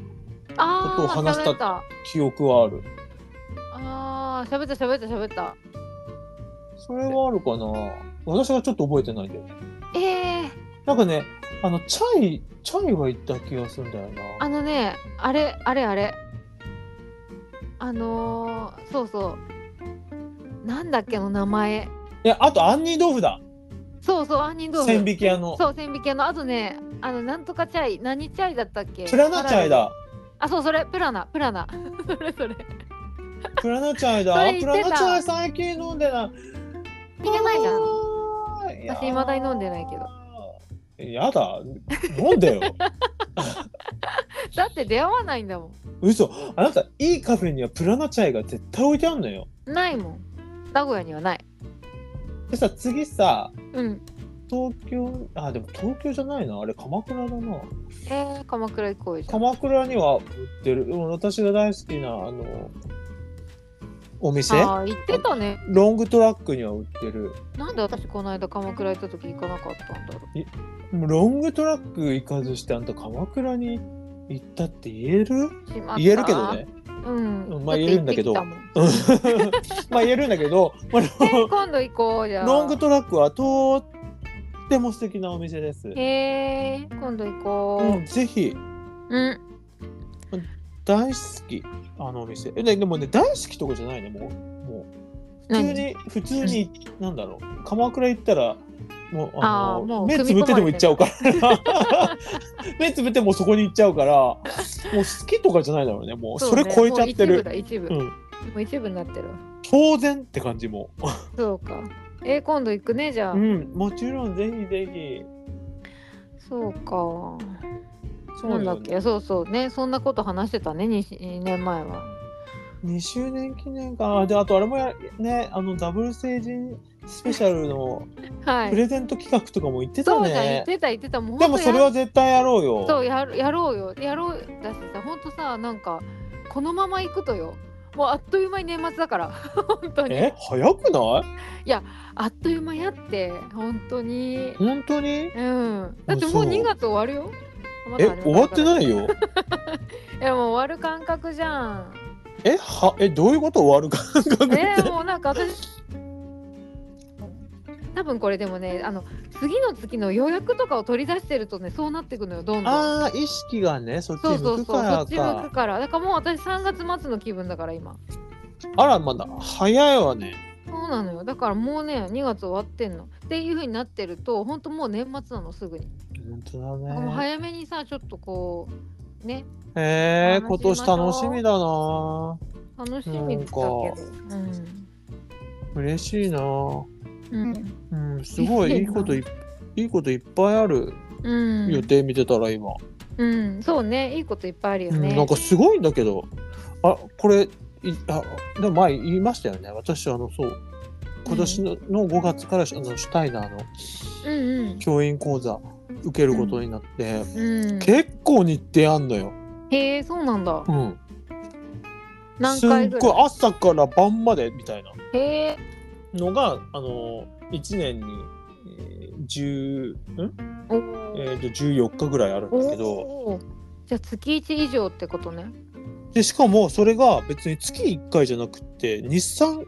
Speaker 2: あ
Speaker 1: ことを
Speaker 2: あ、
Speaker 1: 話した
Speaker 2: 喋った。
Speaker 1: 記憶はある
Speaker 2: ああ、喋った、喋った、喋った。
Speaker 1: それはあるかな私がちょっと覚えてないんだよね
Speaker 2: ええー、
Speaker 1: なんかねあのチャイチャイは行った気がするんだよ
Speaker 2: あ
Speaker 1: な
Speaker 2: のね、あれ、あれ、あれ。あのー、そうそう。なんだっけの名前。
Speaker 1: いやあと杏仁豆腐だ
Speaker 2: そうそう、杏仁豆腐。
Speaker 1: 千匹屋の
Speaker 2: そう、千匹屋の、あとね、あの、なんとかチャイ、何チャイだったっけ。
Speaker 1: プラナチャイだ。
Speaker 2: あ、そう、それ、プラナ、プラナ。 それ、それ。
Speaker 1: プラナチャイだ
Speaker 2: そ
Speaker 1: プ
Speaker 2: れ言って
Speaker 1: ラ
Speaker 2: た
Speaker 1: ナチャイ最近飲んでない
Speaker 2: いけないじゃん。
Speaker 1: ゃ
Speaker 2: 私未だに飲んでないけど
Speaker 1: やだ飲んでよ
Speaker 2: だって、出会わないんだも
Speaker 1: 嘘あなたいいカフェにはプラナチャイが絶対置いてあんのよ
Speaker 2: ん。ないもん。名古屋にはない。
Speaker 1: でさ次さ
Speaker 2: うん。
Speaker 1: 東京あでも東京じゃないなあれ鎌倉だな
Speaker 2: えー、鎌倉行こうよじゃん。
Speaker 1: 鎌倉には売ってるでも私が大好きなあのお店
Speaker 2: ああー、行ってたね。
Speaker 1: ロングトラックには売ってる
Speaker 2: なんで私この間鎌倉行った時行かなかったんだろう。
Speaker 1: でもロングトラック行かずしてあんた鎌倉に行ったって言える
Speaker 2: しまった
Speaker 1: 言えるけど。ね
Speaker 2: うん。
Speaker 1: まあ言えるんだけど
Speaker 2: だって行ってきたもん
Speaker 1: まあ言えるんだけ ど、まあ
Speaker 2: えー今度行こうじゃん。
Speaker 1: ロングトラックはとっても素敵なお店です、
Speaker 2: へえー、今度行
Speaker 1: う
Speaker 2: こ
Speaker 1: ん、ぜひ
Speaker 2: う。うん。
Speaker 1: 大好きあのお店えででもね大好きとかじゃないねもうもう普通に普通に、なんだろう鎌倉行ったらもうあ
Speaker 2: あ
Speaker 1: の
Speaker 2: ーもう
Speaker 1: 目
Speaker 2: 組
Speaker 1: つ
Speaker 2: み
Speaker 1: ぶってでも行
Speaker 2: 込まれ
Speaker 1: ってちゃう
Speaker 2: る
Speaker 1: から 目つぶってもうそこに行っちゃうからもう好きとかじゃないだろうねもうそれ超えちゃってる
Speaker 2: そうねもう一部だ、
Speaker 1: う
Speaker 2: 一部。
Speaker 1: ん、
Speaker 2: もう一部になってるわ。
Speaker 1: 当然って感じも
Speaker 2: そうか。えー、今度行くね、じゃあ。
Speaker 1: うんもちろんぜひぜひ
Speaker 2: そうか。
Speaker 1: そ
Speaker 2: なん
Speaker 1: う
Speaker 2: だ
Speaker 1: よ
Speaker 2: っけ、そうそうね、そんなこと話してたね、2, 2年前は。
Speaker 1: 2周年記念かあであとあれもやねあのダブル成人スペシャルの
Speaker 2: は
Speaker 1: プ
Speaker 2: い。
Speaker 1: レゼント企画とかも言ってた
Speaker 2: そうじゃん、言
Speaker 1: ね
Speaker 2: っ、てた、言ってた、もう
Speaker 1: でもそれは絶対やろうよ
Speaker 2: 本当やそうやる、やろうよ、やろうだしさ、本当さ、なんか、このまま行くとよ。もうあっという間に年末だから 本当に
Speaker 1: え早くない
Speaker 2: あっという間やって本当に
Speaker 1: 本当に
Speaker 2: うんだってもう
Speaker 1: そう
Speaker 2: 2月終わるよまだ
Speaker 1: え
Speaker 2: あれ
Speaker 1: 終わって
Speaker 2: い
Speaker 1: ないよ
Speaker 2: やもう終わる感覚じゃん
Speaker 1: えはえどういうこと終わる 感覚って、
Speaker 2: えー、 もうなんか私多分これでもねあの次の月の予約とかを取り出してるとねそうなってくのよどんどん
Speaker 1: ああ意識がねそっち
Speaker 2: そう
Speaker 1: に
Speaker 2: そ
Speaker 1: 向く
Speaker 2: うそうそ
Speaker 1: から
Speaker 2: っち向
Speaker 1: か
Speaker 2: くからだからもう私3月末の気分だから今
Speaker 1: あらまだ早いわね
Speaker 2: そうなのよだからもうね2月終わってんのっていう風になってると本当もう年末なのすぐに、
Speaker 1: 本当
Speaker 2: だからもう
Speaker 1: だね
Speaker 2: 早めにさちょっとこうね
Speaker 1: えー、今
Speaker 2: 楽しみまし
Speaker 1: 年
Speaker 2: ょう
Speaker 1: 楽しみだな
Speaker 2: 楽しみだけどうん、
Speaker 1: 嬉しいな
Speaker 2: うん
Speaker 1: うんすごいいいこといっいいこといっぱいある
Speaker 2: うん
Speaker 1: 予定見てたら今、
Speaker 2: うん、そうねいいこといっぱいあるよ
Speaker 1: うん
Speaker 2: ね、
Speaker 1: なんかすごいんだけどあこれいあでも前言いましたよね私あのそう今年の,、の5月からあのシュタイナーの
Speaker 2: うんうん
Speaker 1: 教員講座受けることになって、
Speaker 2: うん、
Speaker 1: 結構日程あんのよ、
Speaker 2: へえそうなんだ
Speaker 1: うん、
Speaker 2: 何
Speaker 1: す
Speaker 2: 回
Speaker 1: っ
Speaker 2: ぐ
Speaker 1: ご
Speaker 2: ら
Speaker 1: い朝から晩までみたいない
Speaker 2: へえ
Speaker 1: のがあの1年に、えー10ん
Speaker 2: お
Speaker 1: えーと14日ぐらいあるんですけど。
Speaker 2: おーじゃあ月1以上ってことね
Speaker 1: でしかもそれが別に月1回じゃなくて日産ん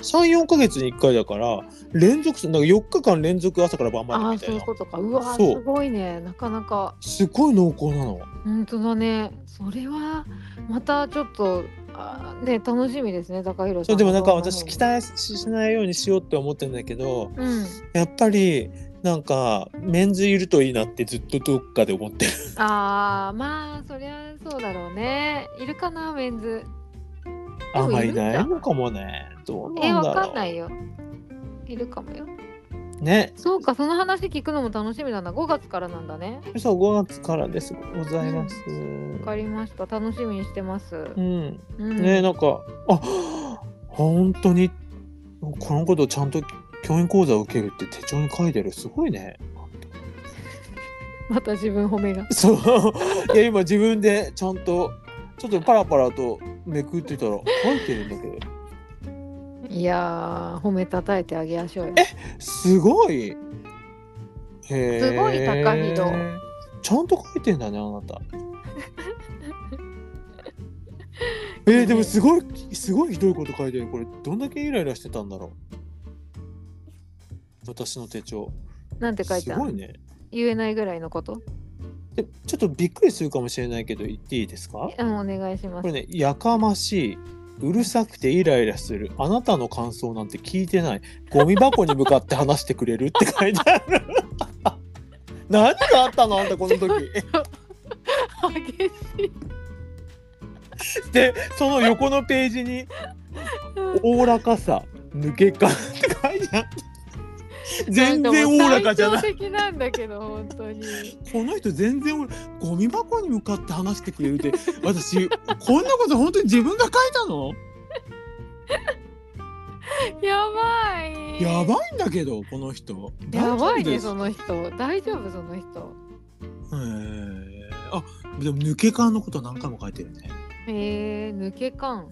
Speaker 1: 34か月に1回だから連続すなんか4日間連続朝から晩ま
Speaker 2: あ
Speaker 1: で
Speaker 2: あ
Speaker 1: みた
Speaker 2: そう
Speaker 1: い
Speaker 2: いう
Speaker 1: な
Speaker 2: ことかうわー
Speaker 1: そう
Speaker 2: すごいねなかなか
Speaker 1: すごい濃厚なの
Speaker 2: 本当だねそれはまたちょっとあーね楽しみですね高
Speaker 1: そ
Speaker 2: 弘さん
Speaker 1: うでもなんか
Speaker 2: の動画
Speaker 1: 私
Speaker 2: の
Speaker 1: 期待ししないようにしようって思ってるんだけど
Speaker 2: うん
Speaker 1: やっぱりなんかメンズいるといいなってずっとどっかで思ってる
Speaker 2: ああまあそりゃそうだろうねいるかなメンズ
Speaker 1: あんまりい
Speaker 2: でも
Speaker 1: な
Speaker 2: いるんじゃ
Speaker 1: い
Speaker 2: ん
Speaker 1: のかもねどう
Speaker 2: え
Speaker 1: なん
Speaker 2: わ
Speaker 1: だ
Speaker 2: か
Speaker 1: ろ
Speaker 2: ん
Speaker 1: う、
Speaker 2: ないよいるかもよ
Speaker 1: ね
Speaker 2: そうかその話聞くのも楽しみだな5月からなんだね
Speaker 1: そう5月からですございます、
Speaker 2: わかりました楽しみにしてます、
Speaker 1: うん
Speaker 2: うん、
Speaker 1: ねなんかあ本当にこのことちゃんと教員講座を受けるって手帳に書いてるすごいね
Speaker 2: また自分褒めが
Speaker 1: そういや今自分でちゃんとちょっとパラパラとめくってたら書いてるんだけど
Speaker 2: いやー褒めたたえてあげましょうよ
Speaker 1: すごいへえ
Speaker 2: すごい高いの
Speaker 1: ちゃんと書いてんだねあなた えーでもすごいすごいひどいこと書いてるこれどんだけイライラしてたんだろう私の手帳
Speaker 2: なんて書い
Speaker 1: す
Speaker 2: た
Speaker 1: ごいね
Speaker 2: 言えないぐらいのこと
Speaker 1: でちょっとびっくりするかもしれないけど言っていいですか
Speaker 2: うんお願いしま
Speaker 1: これ
Speaker 2: す
Speaker 1: ね、やかましい、うるさくてイライラする、あなたの感想なんて聞いてない、ゴミ箱に向かって話してくれるって書いてある。 何があったのあんたこの時。
Speaker 2: 激しい
Speaker 1: で、その横のページに、おおらかさ、抜け感って書いてある。全然おおらかじゃない。
Speaker 2: い的なんだけど本当に
Speaker 1: この人全然おおらゴミ箱に向かって話してくれるって、私、こんなこと本当に自分が書いたの
Speaker 2: やばい
Speaker 1: やばいんだけど、この人。
Speaker 2: やば
Speaker 1: 大丈夫
Speaker 2: い
Speaker 1: で
Speaker 2: ね
Speaker 1: す
Speaker 2: その人大丈夫その人
Speaker 1: へえあでも抜け感のこと何回も書いてるね。
Speaker 2: えー、抜け感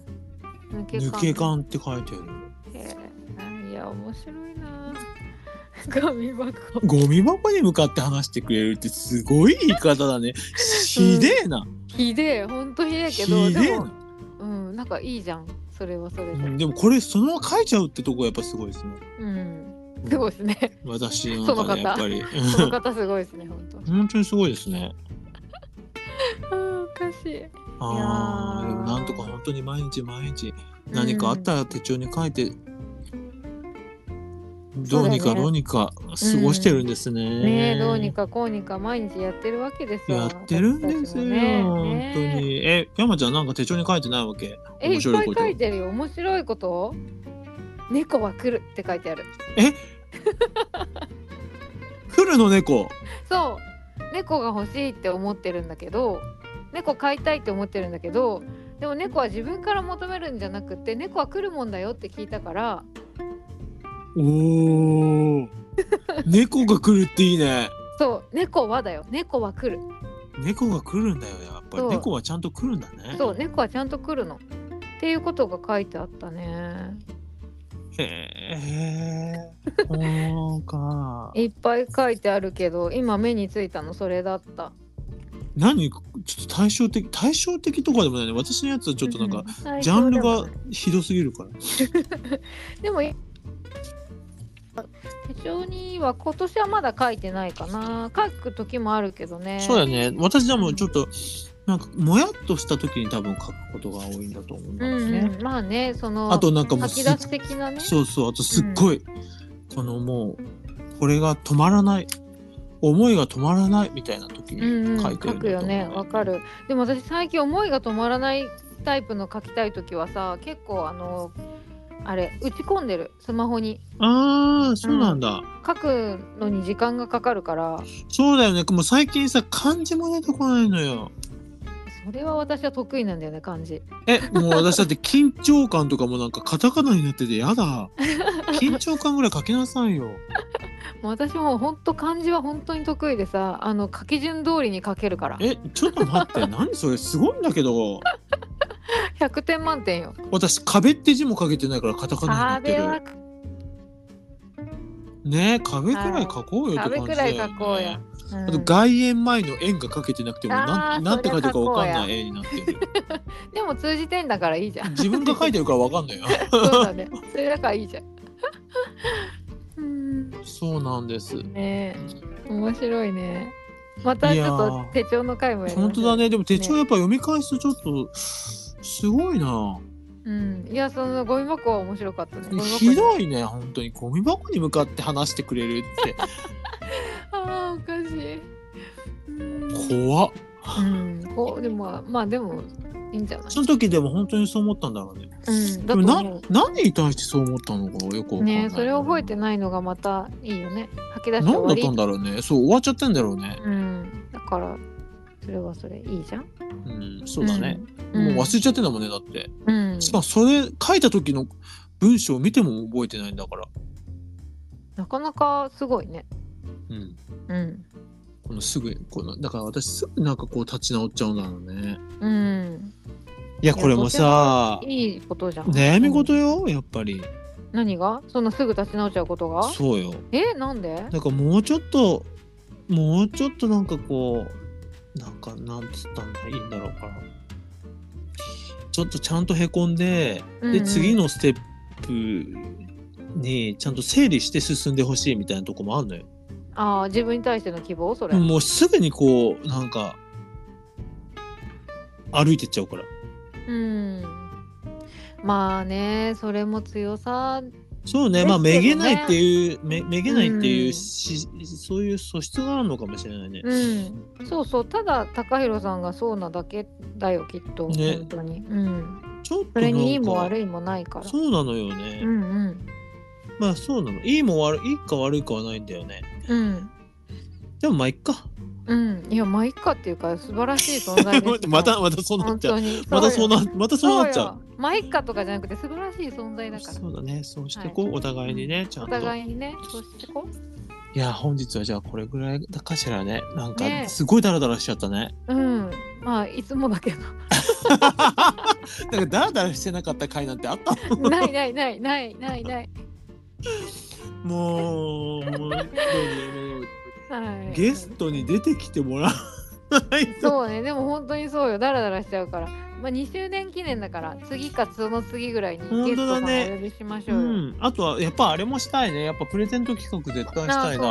Speaker 2: 抜け
Speaker 1: 抜け感って書いてる。
Speaker 2: えーいや面白いなゴミ箱
Speaker 1: ゴミ箱に向かって話してくれるってすごい言い方 だね。ひでえな。
Speaker 2: ひでえ本当ひでえけ
Speaker 1: ひ
Speaker 2: ど
Speaker 1: で
Speaker 2: で
Speaker 1: え
Speaker 2: も
Speaker 1: な。
Speaker 2: うんなんかいいじゃんそれはそれで
Speaker 1: う、
Speaker 2: うんん、
Speaker 1: でもこれそのまま書いちゃうってとこがやっぱすごいですね。
Speaker 2: すごいですね
Speaker 1: 私の中でやっぱり。
Speaker 2: この方すごいですね本当
Speaker 1: 本当にすごいですね。
Speaker 2: あーおかしい
Speaker 1: あ
Speaker 2: い
Speaker 1: あ、
Speaker 2: やー
Speaker 1: でもなんとか本当に毎日毎日何かあったら手帳に書いて、どうに
Speaker 2: そ
Speaker 1: か
Speaker 2: うだね
Speaker 1: どうにか過ごしてるんですね。
Speaker 2: ねえどうにかこうにか毎日やってるわけですよ
Speaker 1: やってるんですよ、
Speaker 2: 私たちもね
Speaker 1: 本当
Speaker 2: ね
Speaker 1: に。え、山ちゃんなんか手帳に書いてないわけ
Speaker 2: えい
Speaker 1: 面
Speaker 2: っ
Speaker 1: 白
Speaker 2: ぱ
Speaker 1: い
Speaker 2: い
Speaker 1: こと
Speaker 2: 書いてるよ面白いこと猫は来るって書いてある
Speaker 1: 来るの猫
Speaker 2: そう猫が欲しいって思ってるんだけど猫飼いたいって思ってるんだけどでも猫は自分から求めるんじゃなくって猫は来るもんだよって聞いたから
Speaker 1: お お猫が来るっていいね。
Speaker 2: そう猫はだよ猫は来る
Speaker 1: 猫が来るんだよ、やっぱり。
Speaker 2: そう
Speaker 1: 猫はちゃんと来るんだね。
Speaker 2: そう猫はちゃんと来るのっていうことが書いてあったね。
Speaker 1: へえ。そうか
Speaker 2: いっぱい書いてあるけど今目についたのそれだった
Speaker 1: 何ちょっと対照的、対照的とかでもないね。私のやつはちょっとなんか、
Speaker 2: うん
Speaker 1: ジャンルがひどすぎるから。
Speaker 2: でもい手帳には今年はまだ書いてないかな書く時もあるけどね
Speaker 1: そうだよね。私でもちょっと、なんか、もやっとした時に多分書くことが多いんだと思うんだ
Speaker 2: う
Speaker 1: よ
Speaker 2: ん
Speaker 1: ね。
Speaker 2: うん、まあねその
Speaker 1: あとなんかもう
Speaker 2: 吐き
Speaker 1: す
Speaker 2: 出し的なね
Speaker 1: そうそうあとすっごい、このもうこれが止まらない思いが止まらないみたいな時
Speaker 2: うんうん
Speaker 1: に書いてるんだと思う、
Speaker 2: くよねわかるでも私最近思いが止まらないタイプの書きたい時はさ結構あのあれ打ち込んでるスマホに
Speaker 1: ああそうなんだ、
Speaker 2: 書くのに時間がかかるから
Speaker 1: そうだよねもう最近さ漢字も出てこないのよ
Speaker 2: それは私は得意なんだよね漢字
Speaker 1: えもう私だって緊張感とかもなんかカタカナになっててや だ緊張感ぐらい書きなさいよ
Speaker 2: もう私も本当漢字は本当に得意でさあの書き順通りに書けるから
Speaker 1: えちょっと待 って何それすごいんだけど
Speaker 2: 100点満点よ
Speaker 1: 私壁って字も書けてないからカタカナ
Speaker 2: あ
Speaker 1: に
Speaker 2: れ
Speaker 1: な
Speaker 2: は
Speaker 1: ってるねえ壁くらい書こうよって
Speaker 2: 壁
Speaker 1: 感じ
Speaker 2: く
Speaker 1: だ
Speaker 2: ら
Speaker 1: よ、
Speaker 2: い
Speaker 1: ね、
Speaker 2: 書こうや
Speaker 1: あと外苑前の円がかけてなくても
Speaker 2: あ
Speaker 1: な
Speaker 2: ー
Speaker 1: んなんて書いてるかわかん
Speaker 2: そりゃ
Speaker 1: な
Speaker 2: 過去
Speaker 1: い絵になってる
Speaker 2: でも通じてんだからいいじ ゃん。
Speaker 1: 自分が書いてるからわかんないよ
Speaker 2: そうだね。それだからいいじゃん。 うん。ね
Speaker 1: そうなん です
Speaker 2: え面白いね。またちょっ
Speaker 1: いや
Speaker 2: と
Speaker 1: ー
Speaker 2: 手帳の回もやりましょう
Speaker 1: 本当だ。ねでも手帳やっぱ読み返すとちょっとすごいな
Speaker 2: うん。いやそのゴミ箱は面白かったね。ゴミ箱に
Speaker 1: ひどいね本当にゴミ箱に向かって話してくれるって
Speaker 2: ああおかしい。うん。
Speaker 1: 怖っ
Speaker 2: うん、こうでもまあでもいいんじゃない。
Speaker 1: その時でも本当にそう思ったんだろうね
Speaker 2: うん。だ
Speaker 1: でも
Speaker 2: と
Speaker 1: な
Speaker 2: 思う。
Speaker 1: 何に対してそう思ったのかよくわかんない
Speaker 2: ねえそれ覚えてないのがまたいいよね。吐き出して終
Speaker 1: 何だ
Speaker 2: わ
Speaker 1: っ
Speaker 2: り
Speaker 1: たんだろうねそう終わっちゃったんだろうね
Speaker 2: うん、だからそれはそれいいじゃん。
Speaker 1: うんそうだね、
Speaker 2: うん。
Speaker 1: もう忘れちゃってんだもんねだって
Speaker 2: うん、
Speaker 1: しかもそれ書いた時の文章を見ても覚えてないんだから、
Speaker 2: なかなかすごいね。
Speaker 1: うん、
Speaker 2: うん。
Speaker 1: このすぐこのだから私すぐなんかこう立ち直っちゃうんだろうね
Speaker 2: うん。
Speaker 1: いやこれもさ
Speaker 2: いいことじゃん。
Speaker 1: 悩み事よやっぱり
Speaker 2: 何がそんなすぐ立ち直っちゃうことが
Speaker 1: そうよ
Speaker 2: えなんで
Speaker 1: なんかもうちょっともうちょっとなんかこうなんかなんつったんだいいんだろうかなちょっとちゃんとへこんで、
Speaker 2: うんう
Speaker 1: で
Speaker 2: ん
Speaker 1: 次のステップにちゃんと整理して進んでほしいみたいなとこもあるのよ。
Speaker 2: ああ自分に対しての希望それ。
Speaker 1: もうすぐにこうなんか歩いてっちゃうから
Speaker 2: うん。まあねそれも強さ。
Speaker 1: そうねまあ
Speaker 2: です
Speaker 1: め
Speaker 2: け
Speaker 1: げ
Speaker 2: ど
Speaker 1: な
Speaker 2: ね
Speaker 1: いっていうめめげないっていううんし、そういう素質があるのかもしれないね。
Speaker 2: うん。そうそうただ高弘さんがそうなだけだよきっと、
Speaker 1: ね
Speaker 2: 本当に。うん。
Speaker 1: ちょっと
Speaker 2: それにいいも
Speaker 1: なんか
Speaker 2: 悪いもないから。
Speaker 1: そうなのよね。
Speaker 2: うんうん
Speaker 1: まあそうなの。いいも悪いいいか悪いかはないんだよね。
Speaker 2: うん。
Speaker 1: でもまあいっか。
Speaker 2: うん、いや、まあ、いっかっていうか、素晴らしい存在ですよ。
Speaker 1: またまたそうな
Speaker 2: 本
Speaker 1: っちゃ
Speaker 2: 当
Speaker 1: う。
Speaker 2: に。
Speaker 1: またそう
Speaker 2: よ
Speaker 1: なまたそうなっちゃ
Speaker 2: よまあ、いっかとかじゃなくて、素晴らしい存在だ
Speaker 1: う。
Speaker 2: から。
Speaker 1: そうだね。そうしてこう、お互いにねちゃん
Speaker 2: お
Speaker 1: と。
Speaker 2: 互いにね、そうしてこ
Speaker 1: いや本日はじゃあこれぐらいだかしらね。なん
Speaker 2: ね
Speaker 1: か
Speaker 2: え
Speaker 1: すごいダラダラしちゃったね。
Speaker 2: う。うん、まあ、いつもだ けど。
Speaker 1: なんかダラダラしてなかった回なんてあった。
Speaker 2: ないないないないないない。
Speaker 1: もうもうどうにも
Speaker 2: はい。
Speaker 1: ゲストに出てきてもらわないと。
Speaker 2: そうね、でも、本当にそうよ、だらだらしちゃうから。まあ、2周年記念だから、次かその次ぐらいに
Speaker 1: 本
Speaker 2: ゲス
Speaker 1: 当
Speaker 2: ト
Speaker 1: だ
Speaker 2: さん
Speaker 1: ね
Speaker 2: をお呼びしまし
Speaker 1: う
Speaker 2: ょうよ。
Speaker 1: ん、あとはやっぱあれもしたいねやっぱプレゼント企画絶対し
Speaker 2: なあ
Speaker 1: たい
Speaker 2: そ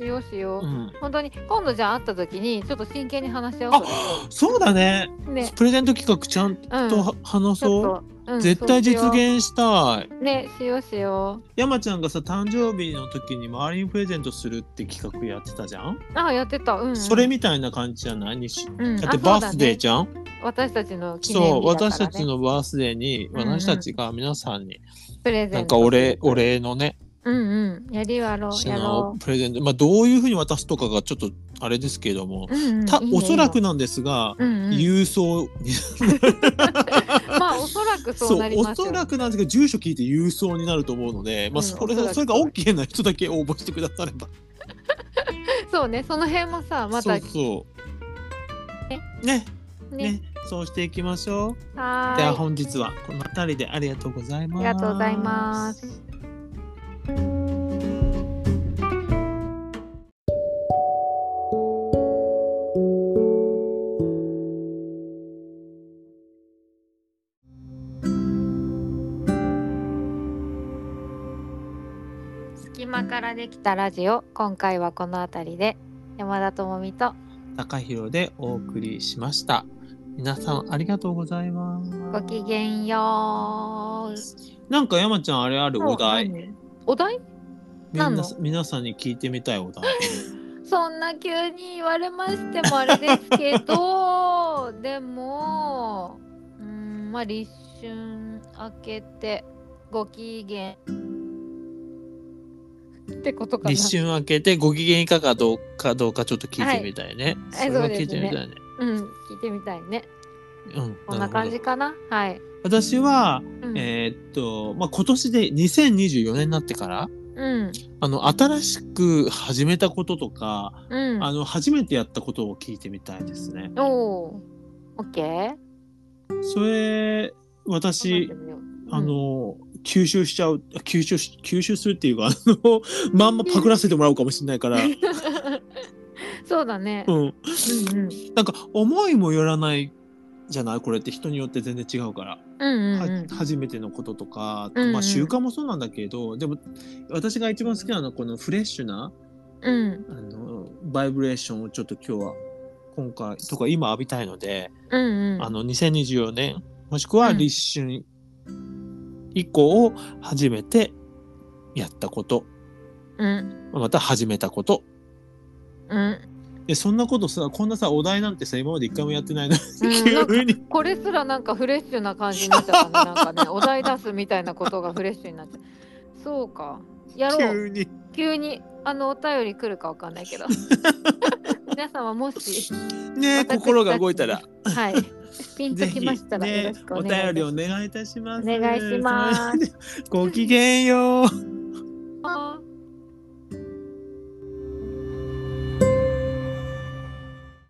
Speaker 2: うね
Speaker 1: な、
Speaker 2: しようしよう。
Speaker 1: うん、
Speaker 2: 本当に今度じゃあ会った時にちょっと真剣に話し合おう
Speaker 1: あそうだね
Speaker 2: それね
Speaker 1: プレゼント企画ちゃん
Speaker 2: うん
Speaker 1: とは話
Speaker 2: ちょ
Speaker 1: そう、
Speaker 2: っと、うん
Speaker 1: 絶対実
Speaker 2: そうしよ
Speaker 1: 現したいう
Speaker 2: ねしようしよう
Speaker 1: 山ちゃんがさ誕生日の時に周りにプレゼントするって企画やってたじゃん、
Speaker 2: あやってたうんうん
Speaker 1: それみたいな感じじゃないにし
Speaker 2: うん
Speaker 1: だ
Speaker 2: あ
Speaker 1: ってバースデーじゃん、
Speaker 2: そうだね私たちの記念日
Speaker 1: そう
Speaker 2: だからね
Speaker 1: 私たちのバースデーに
Speaker 2: んうん
Speaker 1: 私たちが皆さんに
Speaker 2: プレゼント
Speaker 1: なんかお礼,、お礼のね
Speaker 2: うんうんやりやろうや
Speaker 1: 品を
Speaker 2: ろ
Speaker 1: プレゼント、まあ、どういうふうに渡すとかがちょっとあれですけれども、
Speaker 2: う、うんうん、
Speaker 1: た
Speaker 2: いいね
Speaker 1: おそらくなんですが、
Speaker 2: いいねうんうん
Speaker 1: 郵送に
Speaker 2: まあおそらくそ
Speaker 1: そう
Speaker 2: な
Speaker 1: う
Speaker 2: り
Speaker 1: お
Speaker 2: ますよ
Speaker 1: そらくなんですけど住所聞いて郵送になると思うので、まあ、
Speaker 2: うん
Speaker 1: それ
Speaker 2: おそらく
Speaker 1: それが OK な人だけ応募してくだされば、
Speaker 2: そうねその辺もさまた
Speaker 1: そうそうねね
Speaker 2: ね
Speaker 1: そうしていきましょう、
Speaker 2: は
Speaker 1: では
Speaker 2: ーい
Speaker 1: 本日はこの辺りでありがとうございま
Speaker 2: あ
Speaker 1: す
Speaker 2: りがとうございます隙間からできたラジオ今回はこの辺りで山田智美と
Speaker 1: 高弘でお送りしました皆さんありがとうございます
Speaker 2: ごきげんよう
Speaker 1: なんか山ちゃんあれあるお題
Speaker 2: そう何お題
Speaker 1: みんな
Speaker 2: 何の
Speaker 1: 皆さんに聞いてみたいお題
Speaker 2: そんな急に言われましてもあれですけど でもうーんまあ立春明けてご機嫌ってことかな
Speaker 1: 立春明けてご機嫌いかがどうかどうかちょっと聞いてみたいね、
Speaker 2: はい
Speaker 1: それは
Speaker 2: はい
Speaker 1: 聞いてみたいね、
Speaker 2: うん聞いてみたいね
Speaker 1: うん
Speaker 2: こんな感じかなはい、
Speaker 1: 私は、
Speaker 2: うん
Speaker 1: えーっと、まあ、今年で2024年になってから、
Speaker 2: うん
Speaker 1: あの、新しく始めたこととか、
Speaker 2: うん
Speaker 1: あの、初めてやったことを聞いてみたいですね。
Speaker 2: おおオッケー
Speaker 1: それ、私、あの、吸収しちゃう、あ吸収 し、吸収するっていうか、あの、まんまパクらせてもらうかもしれないから、
Speaker 2: そうだね。
Speaker 1: うん、
Speaker 2: うんうん
Speaker 1: なんか思いもよらないじゃないこれって人によって全然違うから、
Speaker 2: うんうんうん
Speaker 1: は初めてのこととか、
Speaker 2: うんうん
Speaker 1: まあ、習慣もそうなんだけどでも私が一番好きなのはこのフレッシュな
Speaker 2: うん
Speaker 1: あのバイブレーションをちょっと今日は今回とか今浴びたいので、
Speaker 2: うんう
Speaker 1: あ
Speaker 2: ん。
Speaker 1: の2024年もしくは
Speaker 2: うん
Speaker 1: 立春以降を初めてやったこと
Speaker 2: うん
Speaker 1: また始めたこと
Speaker 2: うん。
Speaker 1: えそんなことさこんなさお題なんてさ今まで一回もやってないのに、
Speaker 2: うん
Speaker 1: 急に
Speaker 2: これすらなんかフレッシュな感じになっちゃったね。なんか ね、お題出すみたいなことがフレッシュになっちゃう。そうか。やろう。
Speaker 1: 急に
Speaker 2: 急にあのお便り来るかわかんな いけど。皆さんはもし、
Speaker 1: ね
Speaker 2: 私たち
Speaker 1: 心が動いたら
Speaker 2: はい、ピンと
Speaker 1: ぜ
Speaker 2: き
Speaker 1: ひ
Speaker 2: ましたらよろ
Speaker 1: ね
Speaker 2: しくお
Speaker 1: お
Speaker 2: 願い
Speaker 1: 便
Speaker 2: いた
Speaker 1: り
Speaker 2: し
Speaker 1: お
Speaker 2: ます。
Speaker 1: 願いいたします
Speaker 2: お願いします
Speaker 1: ごきげんよう